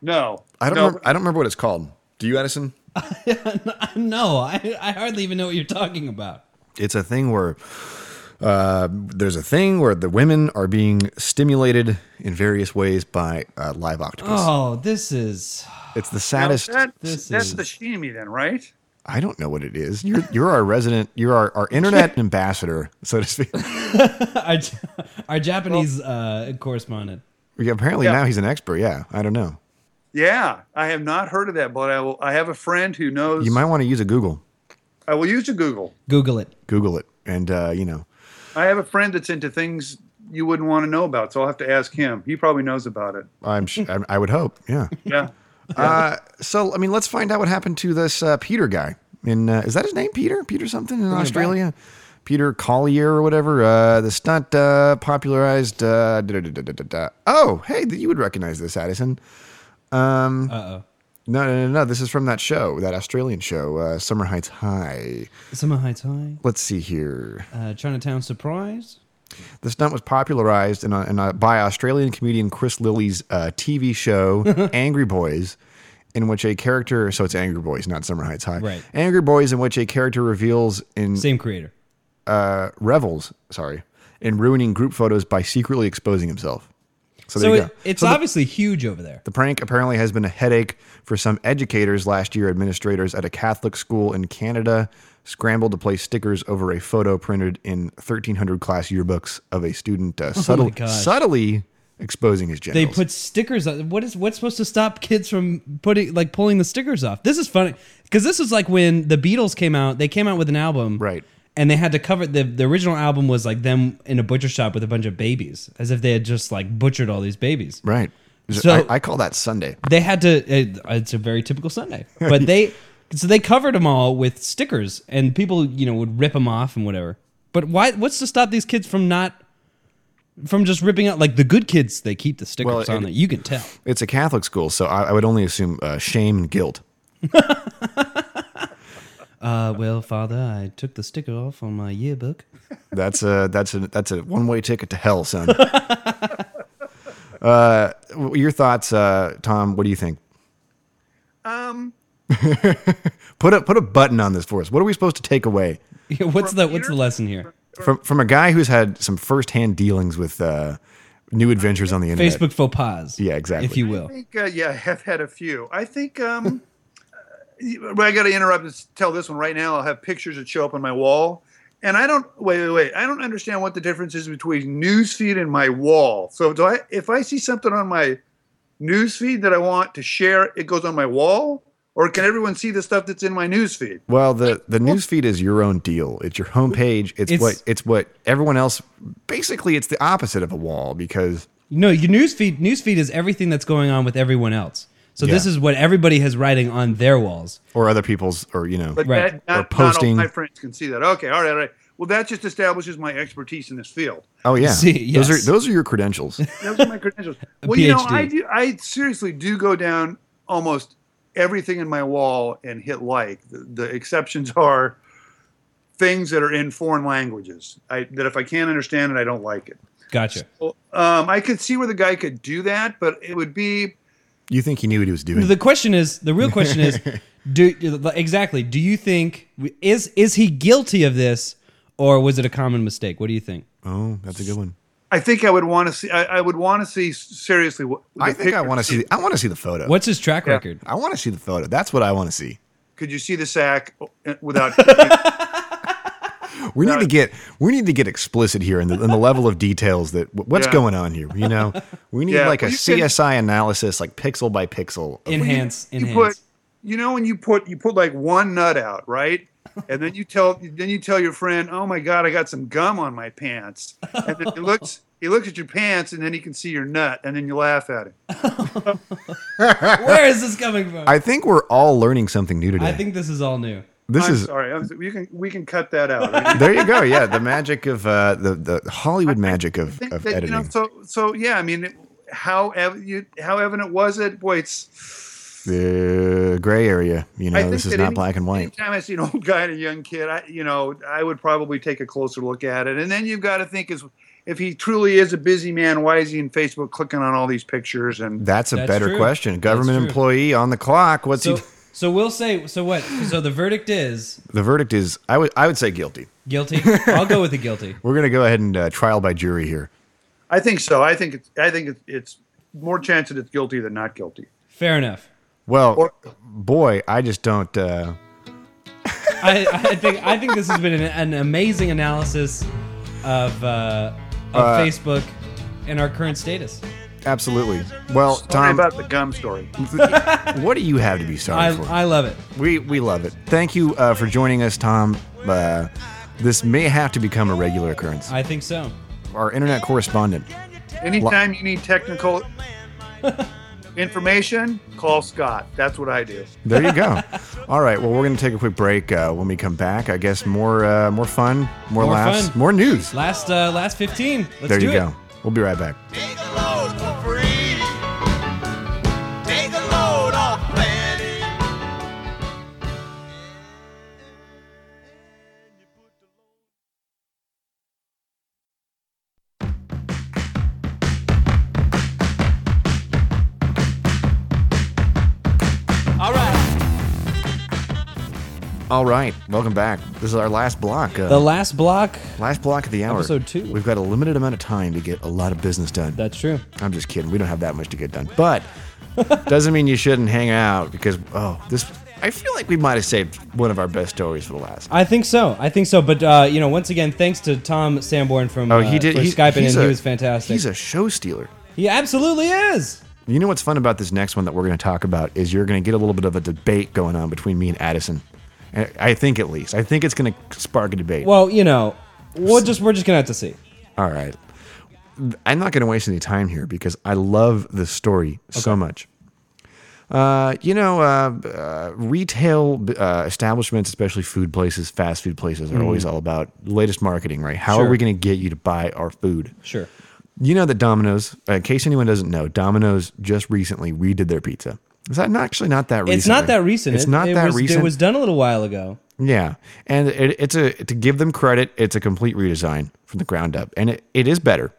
no,
I don't.
No.
Remember, I don't remember what it's called. Do you, Addison?
No. I. I hardly even know what you're talking about.
it's a thing where uh, there's a thing where the women are being stimulated in various ways by uh, live octopus.
Oh, this is. (laughs)
It's the
Now,
saddest.
that-
This
that's
is-
the shimmy then, right?
I don't know what it is. You're you're our resident. You're our, our
(laughs)
internet ambassador, so to speak.
Our, our Japanese uh, correspondent.
Yeah, apparently
Yeah.
now he's an expert. Yeah, I don't know.
Yeah, I have not heard of that, but I will. I have a friend who knows.
You might want to use a Google.
I will use a Google.
Google it.
Google it, and uh, you know.
I have a friend that's into things you wouldn't want to know about, so I'll have to ask him. He probably knows about it.
I'm. Sh- I, I would hope. Yeah.
Yeah.
Uh, so I mean, let's find out what happened to this uh, Peter guy. In uh, is that his name, Peter? Peter something in Australia? Peter Collier or whatever. Uh, the stunt uh, popularized. Uh, da- da- da- da- da- da. Oh, hey, th- you would recognize this, Addison. Um,
Uh oh.
No, no, no, no. This is from that show, that Australian show, uh, Summer Heights High.
Summer High Tie.
Let's see here.
Uh, Chinatown Surprise.
The stunt was popularized in a, in a, by Australian comedian Chris Lilly's uh, TV show
(laughs)
Angry Boys, in which a character so it's Angry Boys, not Summer Heights High.
Right.
Angry Boys, in which a character reveals in
Same creator.
uh, revels, sorry, in ruining group photos by secretly exposing himself. So there
So
you
it,
go.
it's
So the-
obviously huge over there.
the prank apparently has been a headache for some educators last year. Administrators at a Catholic school in Canada scrambled to place stickers over a photo printed in 1,300 class yearbooks of a student uh, subtle,
Oh gosh.
subtly exposing his
They
genitals.
put stickers. On, what is what's supposed to stop kids from putting like pulling the stickers off? This is funny because this is like when the Beatles came out. They came out with an album,
Right.
And they had to cover the the original album was like them in a butcher shop with a bunch of babies, as if they had just like butchered all these babies.
right.
So-
I, I call that Sunday.
They had to. It, it's a very typical Sunday, but they so they covered them all with stickers, and people you know would rip them off and whatever. But why? What's to stop these kids from not? From just ripping out like the good kids, they keep the stickers
Well,
on
it-
that you can tell.
It's a Catholic school, so I, I would only assume uh, shame and guilt.
Uh, well, Father, I took the sticker off on my yearbook. (laughs)
That's a that's a that's a one way ticket to hell,
(laughs)
son. uh, your thoughts, uh, Tom? What do you think?
Um.
(laughs) Put a put a button on this for us. What are we supposed to take away
Yeah, what's the what's the lesson here?
from from a guy who's had some firsthand dealings with uh, new adventures on the internet?
Facebook faux pas.
Yeah, exactly.
If you
I
will.
think, uh, yeah, I have had a few. I think,
(laughs)
um, uh, but I got to interrupt and s- tell this one right now. I'll have pictures that show up on my wall. And I don't, wait, wait, wait. I don't understand what the difference is between newsfeed and my wall. So do I, if I see something on my newsfeed that I want to share, it goes on my wall? Or can everyone see the stuff that's in my newsfeed?
Well, the the newsfeed is your own deal. It's your homepage. It's,
It's-
what it's what everyone else. Basically, it's the opposite of a wall because
No, your newsfeed newsfeed is everything that's going on with everyone else. So this
Yeah.
is what everybody has writing on their walls.
or other people's or you know.
But
Right.
that, not,
Or
not
posting.
all my friends can see that. Okay, all right, all right. Well, that just establishes my expertise in this field.
oh yeah,
See,
those are
yes.
those are your
(laughs)
credentials. (laughs)
Those are my credentials. Well, you know, I
PhD.
do. I seriously do go down almost everything in my wall and hit like. The, the exceptions are things that are in foreign languages. I, that if I can't understand it, I don't like it.
Gotcha.
Um, I could see where the guy could do that, but it would be
You think he knew what he was doing?
The question is, the real question
(laughs)
is, do exactly? Do you think is is he guilty of this, or was it a common mistake? What do you think?
oh, that's a good one.
I think I would want to see. I, I would want to see seriously. What,
I
the
think I
picture.
want to see. The, I want to see the photo.
What's his track record?
I want to see the photo. That's what I want to see.
Could you see the sack uh,
(laughs)
without?
We need to get we need to get explicit here in the, in the level of details that what's
Yeah.
going on here. You
(laughs)
know, we need
Yeah,
like a
well, you can-
CSI analysis, like pixel by pixel. of-
Enhance,
you
enhance.
put, you know, when you put you put like one nut out, right? And then you tell then you tell your friend, "Oh my God, I got some gum on my pants." And then he looks he looks at your pants, and then he can see your nut, and then you laugh at him.
Where is this coming from? I,
I think we're all learning something new today.
think this is all new.
this
I'm
is
sorry. I'm, you can we can cut that out. I mean,
there. You go. Yeah, the magic of uh, the the Hollywood magic
I
of, (laughs)
think
of
that, you
editing.
know, so so yeah. I mean, it- how ev- you, how evident was it? Boy, it's.
the gray area. You know,
I think
this is
that
not
any-
black and white.
Anytime I see an old guy and a young kid, I you know I would probably take a closer look at it, and then you've got to think is if he truly is a busy man, why is he in Facebook clicking on all these pictures? And
That's a
That's
better
true.
question. Government
true.
employee on the clock. What's
So
he,
so we'll say so what? So the verdict is
the verdict? Is I would I would say guilty.
guilty. I'll go with the guilty.
We're gonna go ahead and uh, trial by jury here.
I think so. I think it's I think it's, it's more chance that it's guilty than not guilty.
Fair enough.
Well, boy, I just don't. Uh,
I, I think I think this has been an, an amazing analysis of uh, of Facebook and our current status.
absolutely. Well,
Sorry
Tom,
about the gum story.
what do you have to be sorry
I,
for?
I love it.
we we love it. Thank you uh, for joining us, Tom. Uh, this may have to become a regular occurrence.
I think so.
Our internet correspondent.
Anytime you need technical information, call Scott. That's what I do.
There you
(laughs)
go. All right. Well, we're going to take a quick break. Uh, when we come back, I guess more uh, more fun, more,
More
laughs,
fun.
more news.
Last uh, last fifteen. Let's
there
do
you
it.
go. We'll be right back.
Take a load for free. Take a load off Fanny. All right.
All right. Welcome back. This is our last block. Uh,
The last block.
last block of the hour.
Episode two.
We've got a limited amount of time to get a lot of business done.
That's true.
I'm just kidding. We don't have that much to get done. But (laughs) doesn't mean you shouldn't hang out because oh, this I feel like we might have saved one of our best stories for the last.
I think so. I think so. But uh, you know, once again, thanks to Tom Sanborn from
Oh,
uh,
he did.
for
he-
Skyping in.
he's
he
a-
was fantastic.
He's a show stealer.
he absolutely is.
You know what's fun about this next one that we're going to talk about is you're going to get a little bit of a debate going on between me and Addison. And I think at least. I think it's going to spark a debate.
Well, you know, we'll just we're just gonna have to see.
All right. I'm not going to waste any time here because I love this story so much. Uh, you know, uh, uh, retail uh, establishments, especially food places, fast food places, are always all about latest marketing, right? How are
Mm. Sure.
we going to get you to buy our food?
Sure.
You know that Domino's, uh, in case anyone doesn't know, Domino's just recently redid their pizza. Is that not, actually not that recent?
It's not that recent.
It's
It-
not
it
that
was,
recent.
It was done a little while ago.
yeah, and it, it's a to give them credit, it's a complete redesign from the ground up, and it, it is better,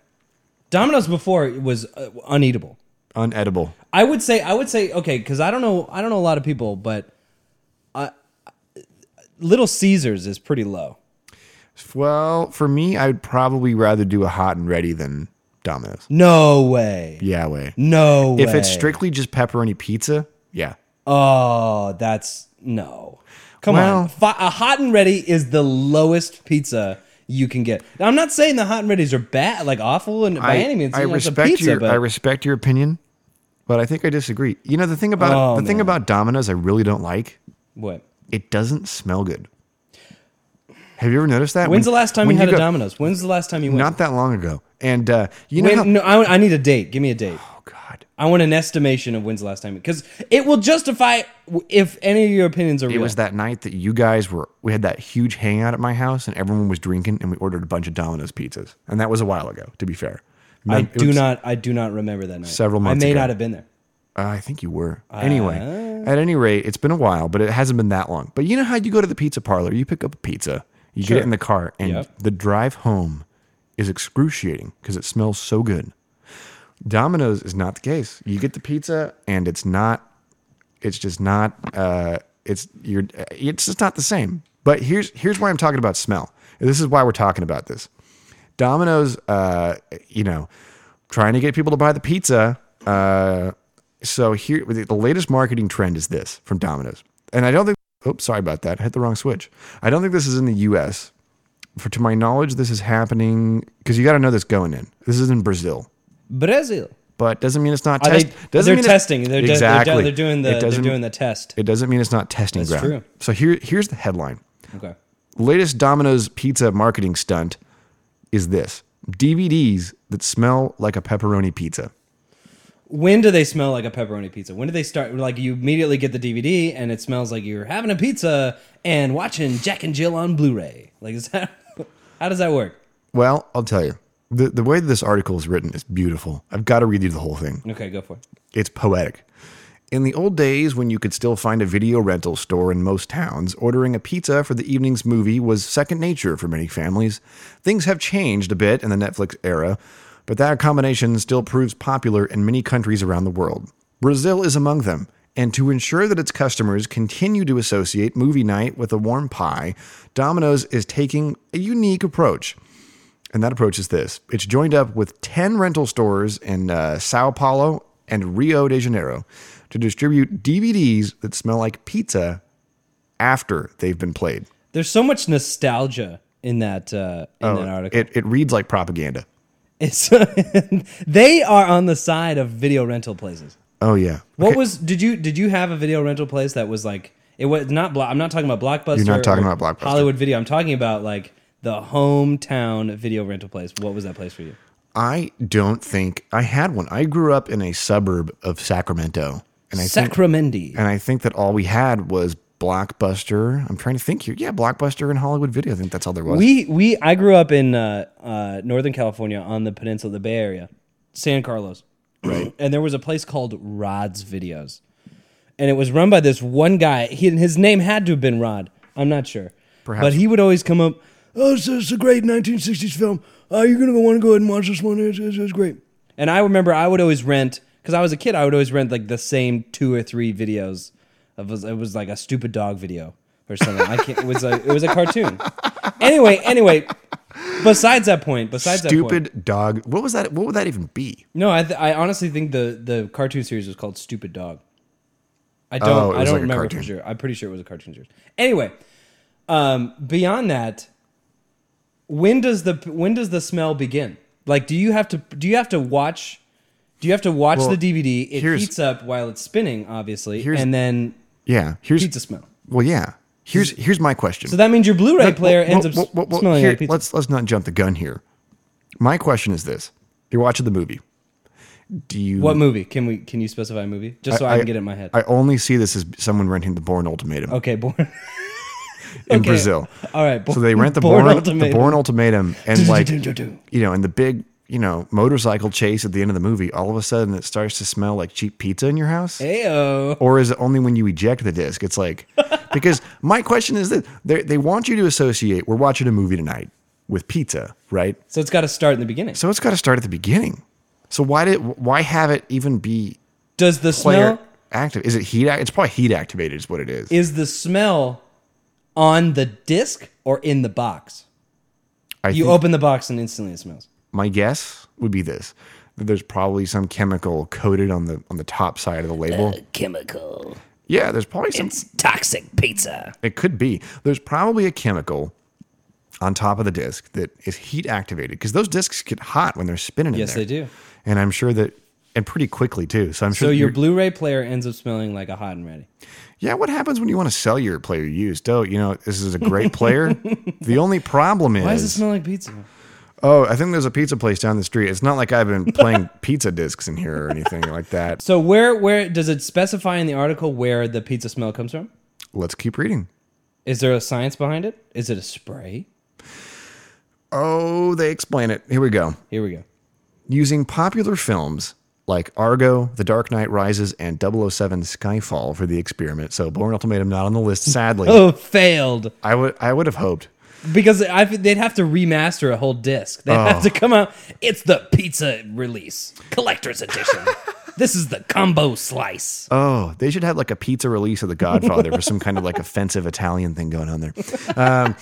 Domino's before was uh, uneatable.
unedible.
I would say I would say okay because I don't know I don't know a lot of people, but I, Little Caesars is pretty low.
Well, for me, I'd probably rather do a hot and ready than Domino's.
No way.
Yeah, way.
No way.
If it's strictly just pepperoni pizza, yeah.
oh, that's no. Come
Well-
on, Fi a hot and ready is the lowest pizza you can get. Now, I'm not saying the hot and readies are bad, like awful, and by
I,
any means,
I
you know, it's a
respect
pizza,
your
but
I respect your opinion, but I think I disagree. You know the thing about
Oh,
the thing
man.
about Domino's I really don't like.
what?
It doesn't smell good. Have you ever noticed that?
When's
When-
the last time
when
you had
go-
a Domino's? When's the last time you went?
Not that long ago, and uh, you know
When-
how,
no, I, I need a date. Give me a date.
oh god,
I want an estimation of when's the last time because it will justify w- if any of your opinions are
it
real.
was that night that you guys were we had that huge hangout at my house, and everyone was drinking, and we ordered a bunch of Domino's pizzas, and that was a while ago. To be fair,
I
It
do
was-
not. I do not remember that night.
Several months
I may
ago.
not have been there.
Uh, I think you were. Anyway,
Ah.
At any rate, it's been a while, but it hasn't been that long. But you know how you go to the pizza parlor, you pick up a pizza, you get it in the car, and
Yep.
the drive home is excruciating because it smells so good. Domino's is not the case. You get the pizza, and it's not. It's just not. Uh, it's you're. It's just not the same. But here's here's why I'm talking about smell. This is why we're talking about this. Domino's, uh, you know, trying to get people to buy the pizza. Uh, so here, the latest marketing trend is this from Domino's, and I don't think. Oops, sorry about that. I hit the wrong switch. I don't think this is in the U.S. For to my knowledge, this is happening because you got to know this going in. This is in Brazil,
Brazil.
but doesn't mean it's not.
Are
Test,
they,
doesn't
they're
mean it's-
testing. They're, de- they're,
exactly.
de- they're doing the
It
they're
doesn't-
doing the test.
It doesn't mean it's not testing
That's
ground.
true.
So here, here's the headline
Okay.
latest Domino's pizza marketing stunt is this DVDs that smell like a pepperoni pizza.
When do they smell like a pepperoni pizza? When do they start? Like you immediately get the DVD and it smells like you're having a pizza and watching Jack and Jill on Blu-ray. Like is that (laughs) how does that work?
Well, I'll tell you. The, the way that this article is written is beautiful. I've got to read you the whole thing.
Okay, go for it.
It's poetic. In the old days, when you could still find a video rental store in most towns, ordering a pizza for the evening's movie was second nature for many families. Things have changed a bit in the Netflix era, but that combination still proves popular in many countries around the world. Brazil is among them, and to ensure that its customers continue to associate movie night with a warm pie, Domino's is taking a unique approach. And that approach is this it's joined up with 10 rental stores in uh, Sao Paulo and Rio de Janeiro to distribute DVDs that smell like pizza after they've been played.
There's so much nostalgia in that uh, in
Oh,
that article.
It, it reads like propaganda.
(laughs) It's they are on the side of video rental places.
Oh, yeah.
What
Okay,
was did you did you have a video rental place that was like it was not block I'm not talking about blockbuster.
You're not talking
or
about Blockbuster.
Hollywood video. I'm talking about like the hometown video rental place. What was that place for you?
I don't think I had one. I grew up in a suburb of Sacramento. And I think,
Sacramento.
and I think that all we had was Blockbuster. I'm trying to think here. Yeah, Blockbuster and Hollywood Video. I think that's all there was.
We we I grew up in uh, uh, Northern California on the peninsula, the Bay Area, San Carlos, right? And there was a place called Rod's Videos, and it was run by this one guy. He his name had to have been Rod. I'm not sure,
Perhaps.
but he would always come up. Oh, it's, it's a great 1960s film. Uh, you're gonna want to go ahead and watch this one. It's, it's, it's great. And I remember I would always rent because I was a kid. I would always rent like the same two or three videos. It was, it was like a stupid dog video or something. I can't. It was a it was a cartoon. Anyway, anyway. Besides that point, besides that point,
Stupid dog. What was that? What would that even be?
no, I, th- I honestly think the the cartoon series was called Stupid Dog. I don't
Oh, it
I
was
don't
like a
remember for
cartoon.
sure. I'm pretty sure it was a cartoon series. Anyway, um, beyond that, when does the when does the smell begin? Like, do you have to do you have to watch? Do you have to watch
Well,
the DVD? It
here's-
heats up while it's spinning, obviously,
Here's-
and then
Yeah. Here's
pizza smell.
Well, yeah. Here's here's my question.
So that means your Blu-ray
Look,
player
well,
ends
well,
up
well, well,
smelling
here,
like pizza.
Let's let's not jump the gun here. My question is this: You're watching the movie. Do you
what movie? Can we? Can you specify a movie just so I, can get it in my head?
I only see this as someone renting the Born Ultimatum
okay, born.
(laughs) in
okay.
Brazil.
All right.
So they rent the Born,
Bourne
the Born Ultimatum and like you know, and the big you know motorcycle chase at the end of the movie. All of a sudden, it starts to smell like cheap pizza in your house.
Ayo.
or is it only when you eject the disc? It's (laughs) like because my question is this: they they want you to associate. We're watching a movie tonight with pizza, right?
So it's got to start in the beginning.
So it's got to start at the beginning. So why did why have it even be
Does the
player
smell
active? Is it heat? act- It's probably heat activated. Is what it is.
is the smell on the disc or in the box?
I
You
think
open the box and instantly it smells.
my guess would be this: that there's probably some chemical coated on the on the top side of the label.
Uh, Chemical.
yeah, there's probably some.
Toxic pizza.
It could be. There's probably a chemical on top of the disc that is heat activated because those discs get hot when they're spinning. in
Yes,
there.
they do.
And I'm sure that, and pretty quickly too. So I'm sure.
So your
you're-
Blu-ray player ends up smelling like a hot and ready.
yeah. What happens when you want to sell your player used? Oh, you know, this is a great player.
(laughs)
the only problem is,
Why does it smell like pizza?
oh, I think there's a pizza place down the street. It's not like I've been playing pizza discs in here or anything like that.
So where where does it specify in the article where the pizza smell comes from?
Let's keep reading.
Is there a science behind it? Is it a spray?
Oh, they explain it. Here we go.
Here we go.
using popular films like Argo, The Dark Knight Rises, and 007 Skyfall for the experiment. So Born Ultimatum not on the list, sadly.
Oh, failed
I would I would have hoped.
because I they'd have to remaster a whole disc. They'd have
Oh.
to come out. It's the pizza release collector's
(laughs)
edition. this is the combo slice.
Oh, they should have like a pizza release of The Godfather for some kind of
(laughs)
like offensive Italian thing going on there. Um,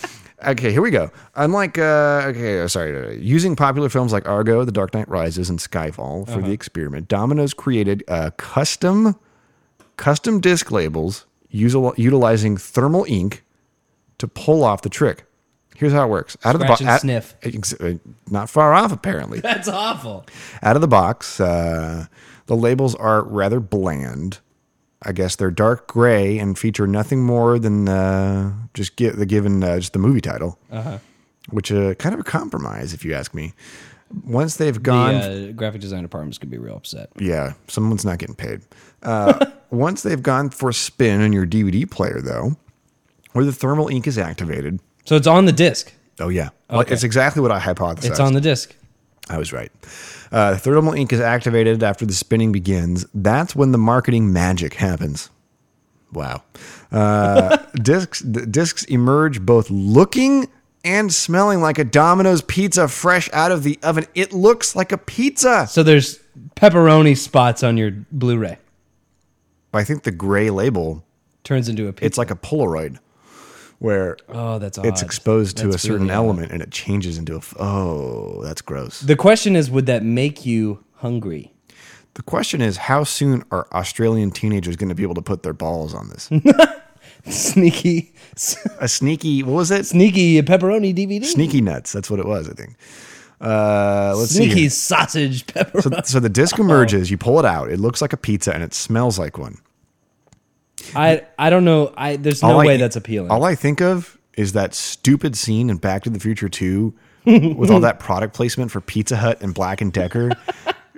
okay, here we go. Unlike, uh, okay, uh, sorry, uh, using popular films like Argo, The Dark Knight Rises, and Skyfall for
Uh-huh.
the experiment, Domino's created uh, custom custom disc labels usil- utilizing thermal ink to pull off the trick. Here's how it works. Out
Scratch and
at-
sniff.
ex- uh, not far off apparently
That's awful.
out of the box. Uh, the labels are rather bland. I guess they're dark gray and feature nothing more than uh, just gi- the given uh, just the movie title,
Uh-huh.
which uh, kind of a compromise if you ask me. Once they've gone,
The uh, graphic design department's gonna be real upset.
yeah, someone's not getting paid.
(laughs)
Uh, once they've gone for a spin on your DVD player, though, where the thermal ink is activated.
So it's on the disc.
Oh yeah, Like, it's exactly what I hypothesized.
It's on the disc.
I was right. Uh, thermal ink is activated after the spinning begins. That's when the marketing magic happens. Wow. Uh, (laughs) discs, the discs emerge both looking and smelling like a Domino's pizza fresh out of the oven. It looks like a pizza.
So there's pepperoni spots on your Blu-ray.
I think the gray label,
Turns into a pizza.
it's like a Polaroid where
oh, that's odd.
it's exposed to a
That's
certain
really odd.
element and it changes into a. F- oh, that's gross.
The question is, would that make you hungry? (laughs)
the question is how soon are Australian teenagers going to be able to put their balls on this?
Sneaky,
a sneaky what was it
sneaky pepperoni DVD.
sneaky nuts that's what it was i think uh let's see
sneaky
here.
sausage pepperoni.
so, so the
(laughs)
disc emerges you pull it out it looks like a pizza and it smells like one
I I don't know. I there's no
All I-
way that's appealing.
all i think of is that stupid scene in back to the future
(laughs)
2 with all that product placement for pizza hut and black and decker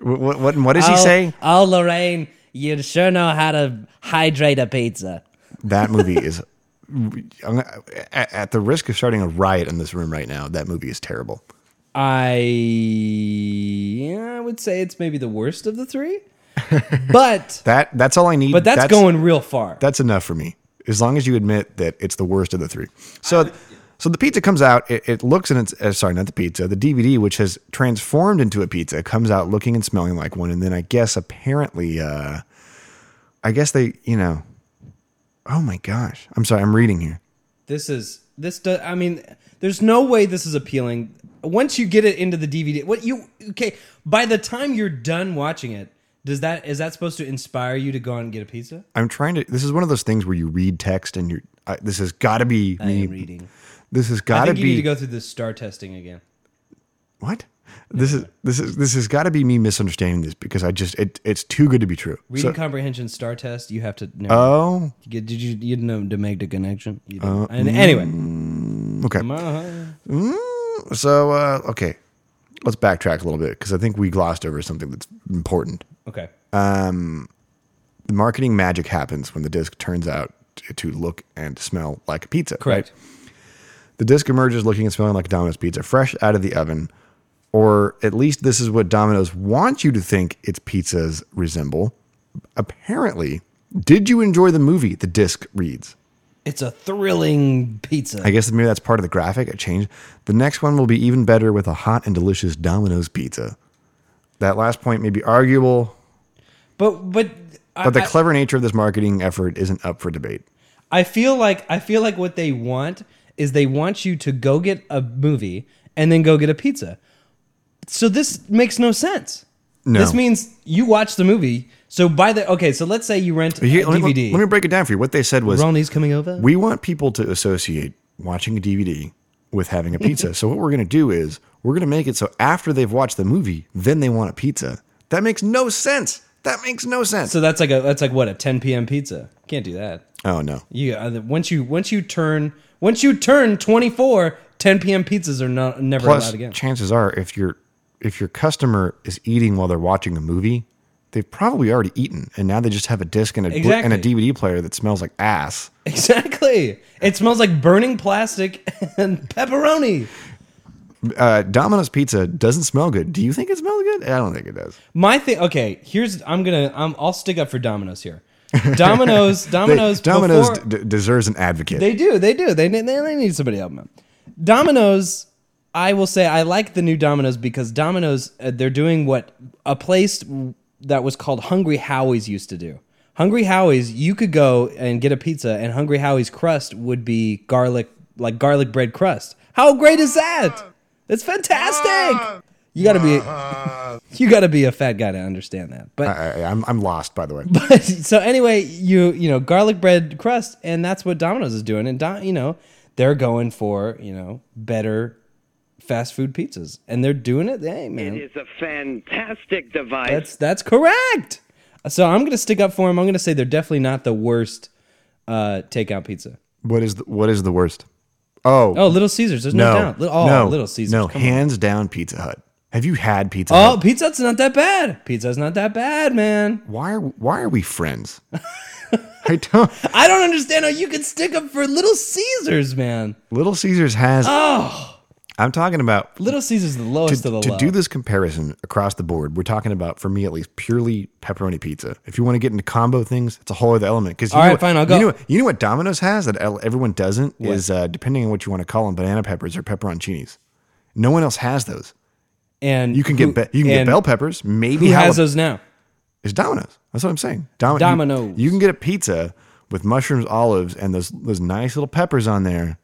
what, what, what does he
Oh,
say
Oh, Lorraine, you sure know how to hydrate a pizza.
that movie is I'm gonna- at at the risk of starting a riot in this room right now that movie is terrible
I yeah, I would say it's maybe the worst of
(laughs)
the three, but
that that's all i need
but that's, going real far.
that's enough for me as long as you admit that it's the worst of the three so so the pizza comes out it, it looks and it's uh, sorry not the pizza the dvd which has transformed into a pizza comes out looking and smelling like one and then i guess apparently uh i guess they you know oh my gosh i'm sorry i'm reading here
this is this does. I mean, there's no way this is appealing. Once you get it into the DVD, what you okay? By the time you're done watching it, does that is that supposed to inspire you to go out and get a pizza?
i'm trying to this is one of those things where you read text and you're I, this has got to be
I
me-
am reading.
this has
I
got to
think you need
be
to go through the star testing again.
what this is this is this has got to be me misunderstanding this because i just it, it's too good to be true
Reading
So-
comprehension star test. You have to. No,
oh
you get- did you you didn't know to make the connection? You didn't.
Uh,
and anyway,
mm. okay
uh,
So uh, okay, let's backtrack a little bit because I think we glossed over something that's important.
okay.
Uh, The marketing magic happens when the disc turns out t- to look and smell like a pizza.
Correct.
right? The disc emerges looking and smelling like Domino's pizza, fresh out of the oven, or at least this is what Domino's wants you to think its pizzas resemble. Apparently, did you enjoy the movie? The disc reads.
It's a thrilling pizza.
I guess maybe that's part of the graphic. It changed. The next one will be even better with a hot and delicious Domino's pizza. That last point may be arguable,
but but I,
but the
I-
clever nature of this marketing effort isn't up for debate.
I feel like I feel like what they want is they want you to go get a movie and then go get a pizza. So this makes no sense.
No.
This means you watch the movie. So by the okay, so let's say you rent
Here,
a
let, me,
DVD.
let me break it down for you. What they said was
Ronnie's coming over.
we want people to associate watching a DVD with having a pizza.
(laughs)
so what we're going to do is we're going to make it so after they've watched the movie, then they want a pizza. That makes no sense. That makes no sense.
so that's like a that's like what a 10 p.m. pizza. Can't do that.
oh no.
You uh, once you once you turn once you turn 24, 10 p.m. pizzas are not never
Plus,
allowed again.
chances are if your if your customer is eating while they're watching a movie, they've probably already eaten, and now they just have a disc and a bl- and a
Exactly.
DVD player that smells like ass.
(laughs) Exactly. It smells like burning plastic and pepperoni.
uh, Domino's pizza doesn't smell good. Do you think it smells good? I don't think it does.
My thing. Okay, here's I'm gonna I'm, I'll stick up for Domino's here.
(laughs)
Domino's,
They-
Domino's,
Domino's
before-
d- deserves an advocate.
They do. They do. They, they, they need somebody to help them. out. Domino's. I will say I like the new Domino's because Domino's uh, they're doing what a place that was called Hungry Howie's used to do. Hungry Howie's, you could go and get a pizza, and Hungry Howie's crust would be garlic, like garlic bread crust. How great is that? That's fantastic. You gotta be, you gotta be a fat guy to understand that. But
I, I, I'm, I'm lost, by the way.
(laughs) so anyway, you you know garlic bread crust, and that's what Domino's is doing, and Do- you know they're going for you know better fast food pizzas, and they're doing it. Hey man,
It is a fantastic device.
that's that's correct. So I'm gonna stick up for them. I'm gonna say they're definitely not the worst uh, takeout pizza.
What is the, what is the worst? Oh,
Oh, Little Caesars, there's no,
no,
doubt. Little, oh,
no,
Little Caesars.
No,
come on.
hands down, Pizza Hut. Have you had Pizza
Oh,
Hut?
Pizza Hut's not that bad. Pizza's not that bad, man.
Why are why are we friends? (laughs) I don't.
I don't understand how you can stick up for Little Caesars, man.
Little Caesars has.
Oh,
I'm talking about
Little Caesars is the lowest
to,
of the
to
low.
do this comparison across the board, we're talking about, for me at least, purely pepperoni pizza. If you want to get into combo things, it's a whole other element. Because
All right, fine, I'll go.
You know, what- you know what Domino's has that el- everyone doesn't is uh, depending on what you want to call them, banana peppers or pepperoncinis. No one else has those.
and
You can
who-
get be- you can get
and
bell peppers. Maybe
Who has
jalap-
those now?
It's Domino's. That's what I'm saying. Dom-
Domino's.
You, you can get a pizza with mushrooms, olives, and those those nice little peppers on there.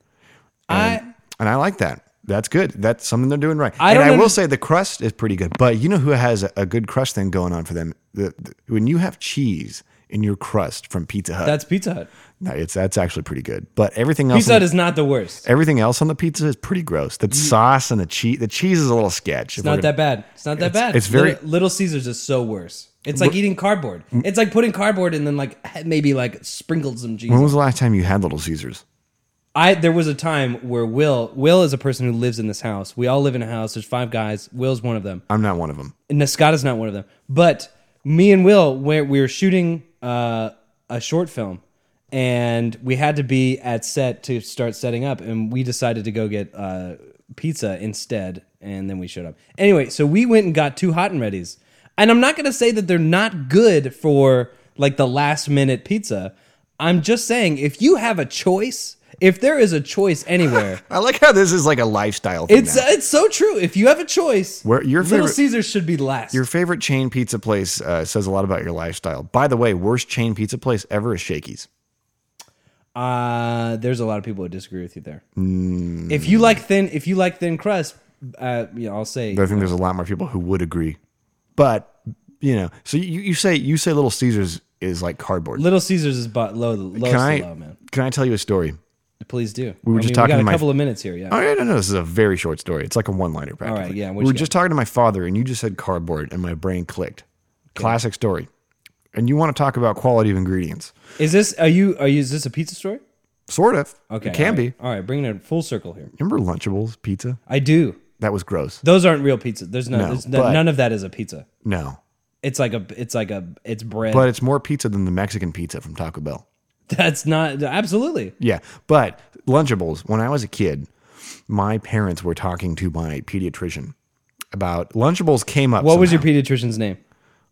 I
And I like that. That's good. That's something they're doing right.
I
and
don't
I will
under-
say the crust is pretty good. But you know who has a, a good crust thing going on for them? The, the- when you have cheese in your crust from Pizza Hut,
that's Pizza Hut.
no, it's that's actually pretty good. But everything else,
Pizza
on
Hut
the,
is not the worst.
everything else on the pizza is pretty gross. The sauce and the cheese, the cheese is a little sketch.
It's not that bad. It's not that
It's-
bad.
it's very-
Little, Little Caesars is so worse. It's like eating cardboard. It's like putting cardboard and then like ha- maybe like sprinkled some cheese.
When was the last time you had Little Caesars?
I there was a time where Will Will is a person who lives in this house. We all live in a house. There's five guys. Will's one of them.
I'm not one of them.
And Nascada's not one of them. But me and Will, where we were shooting uh, a short film, and we had to be at set to start setting up, and we decided to go get uh, pizza instead, and then we showed up. Anyway, so we went and got two hot and ready's, and I'm not gonna say that they're not good for like the last minute pizza. I'm just saying if you have a choice, if there is a choice anywhere.
(laughs) I like how this is like a lifestyle. Thing
It's,
now.
it's so true. If you have a choice,
Where- your
Little
favorite-
Caesars should be last.
Your favorite chain pizza place uh, says a lot about your lifestyle. By the way, worst chain pizza place ever is Shakey's.
Uh, there's a lot of people who disagree with you there.
Hmm.
If you like thin, if you like thin crust, uh, you know, I'll say
But I think there's a lot more people who would agree. But you know, so you, you say you say Little Caesars is like cardboard.
Little Caesars is but low, lowest
can
of
I
low, man.
can I tell you a story?
Please do.
We were
I
just
mean,
talking
We got
to
a
my-
couple of minutes here. Yeah.
Oh yeah, no, no, this is a very short story. It's like a one-liner. Practically.
right, yeah, what
We
you
were
got?
just talking to my father, and you just said cardboard, and my brain clicked. Classic story. And you want to talk about quality of ingredients?
Is this are you are you is this a pizza story?
Sort of.
Okay,
It can
all
be.
right. All right, bringing it full circle here.
Remember Lunchables pizza?
I do.
That was gross.
Those aren't real pizza. There's no,
No,
there's
but-
no none of that is a pizza.
No,
It's like a it's like a it's bread.
but it's more pizza than the Mexican pizza from Taco Bell.
(laughs) That's not absolutely.
Yeah. But Lunchables, when I was a kid, my parents were talking to my pediatrician about Lunchables came up.
What was your
somehow.
pediatrician's name?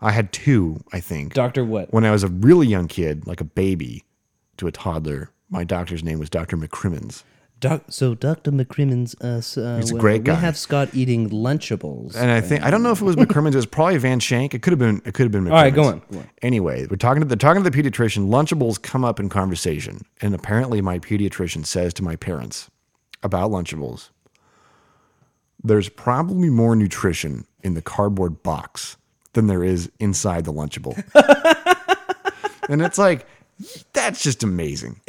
I had two, I think.
Doctor what?
when I was a really young kid, like a baby to a toddler, my doctor's name was Dr. McCrimmons.
Doc, so Dr. McCrimmon's, uh, s- uh,
a
well,
great
we
guy.
have Scott eating Lunchables.
And I think I don't know if it was McCrimmons, it was probably Van Shank. It could have been it could have been McCrimmons.
All right, go on, go on.
Anyway, we're talking to the talking to the pediatrician, Lunchables come up in conversation. And apparently my pediatrician says to my parents about Lunchables, there's probably more nutrition in the cardboard box than there is inside the
(laughs)
Lunchable. and it's like that's just amazing.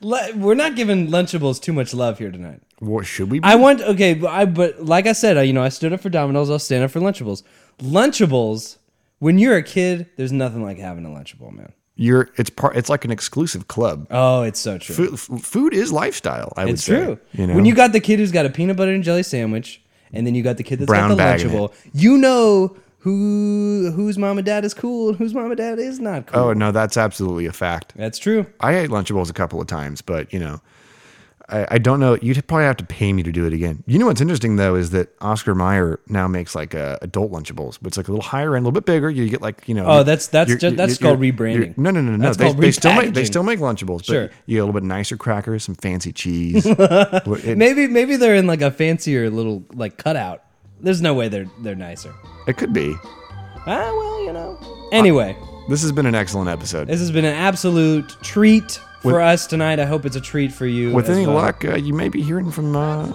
Le- we're not giving Lunchables too much love here tonight.
What should we be?
I want okay, but I but like I said, I, you know, I stood up for Domino's. I'll stand up for Lunchables. Lunchables. When you're a kid, there's nothing like having a Lunchable, man.
you're it's part it's like an exclusive club
Oh, it's so true.
food, f- food is lifestyle i would
it's
say
true.
you know
When you got the kid who's got a peanut butter and jelly sandwich, and then you got the kid that's
Brown
got the
bag in it.
Lunchable, you know who whose mom and dad is cool and whose mom and dad is not cool.
oh no that's Oh, absolutely a fact
That's true.
i ate lunchables a couple of times but you know I, I don't know. You'd probably have to pay me to do it again. You know what's interesting though is that Oscar Mayer now makes like uh, adult Lunchables, but it's like a little higher end, a little bit bigger. You get like you know.
Oh, that's- that's ju- that's called rebranding.
No, no, no, no.
That's
they,
called
they still make they
repackaging.
still make Lunchables,
Sure.
but you get a little bit nicer crackers, some fancy
(laughs)
cheese. it,
Maybe maybe they're in like a fancier little like cutout. There's no way they're they're nicer.
it could be.
Ah, well, you know. Anyway,
This has been an excellent episode.
this has been an absolute treat for
With-
us tonight. I hope it's a treat for you.
With
as
any
well.
luck, uh, you may be hearing from uh,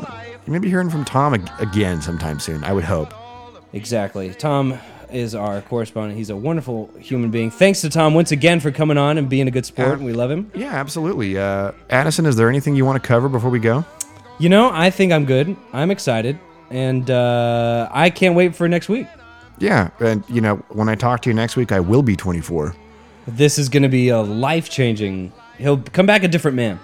you may be hearing from Tom ag- again sometime soon. I would hope.
Exactly. Tom is our correspondent. He's a wonderful human being. Thanks to Tom once again for coming on and being a good
Uh,
sport. We love him.
Yeah, absolutely. Uh, Addison, is there anything you want to cover before we go?
You know, I think I'm good. I'm excited. And uh, I can't wait for next week.
Yeah, and you know, when I talk to you next week, I will be 24.
This is going to be a life changing. He'll come back a different man.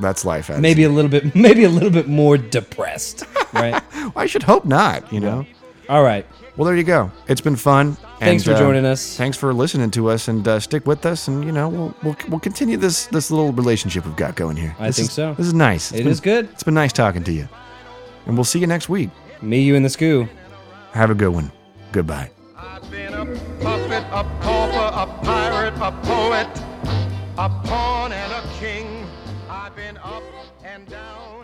That's life. Addison.
Maybe a little bit. (laughs) Maybe a little bit more depressed.
(laughs)
Right.
I should hope not. You know.
All right.
Well, there you go. It's been fun. uh,
Thanks for joining us.
Thanks for listening to us, and uh, stick with us. And you know, we'll we'll, we'll continue this this little relationship we've got going here.
I
This
think
is-
so.
This is nice. It's
It
been-
is good.
It's been nice talking to you, and we'll see you next week.
Me, you, and the Scoo.
Have a good one. Goodbye.
I've been a puppet, a pauper, a pirate, a poet, a pawn and a king. I've been up and down.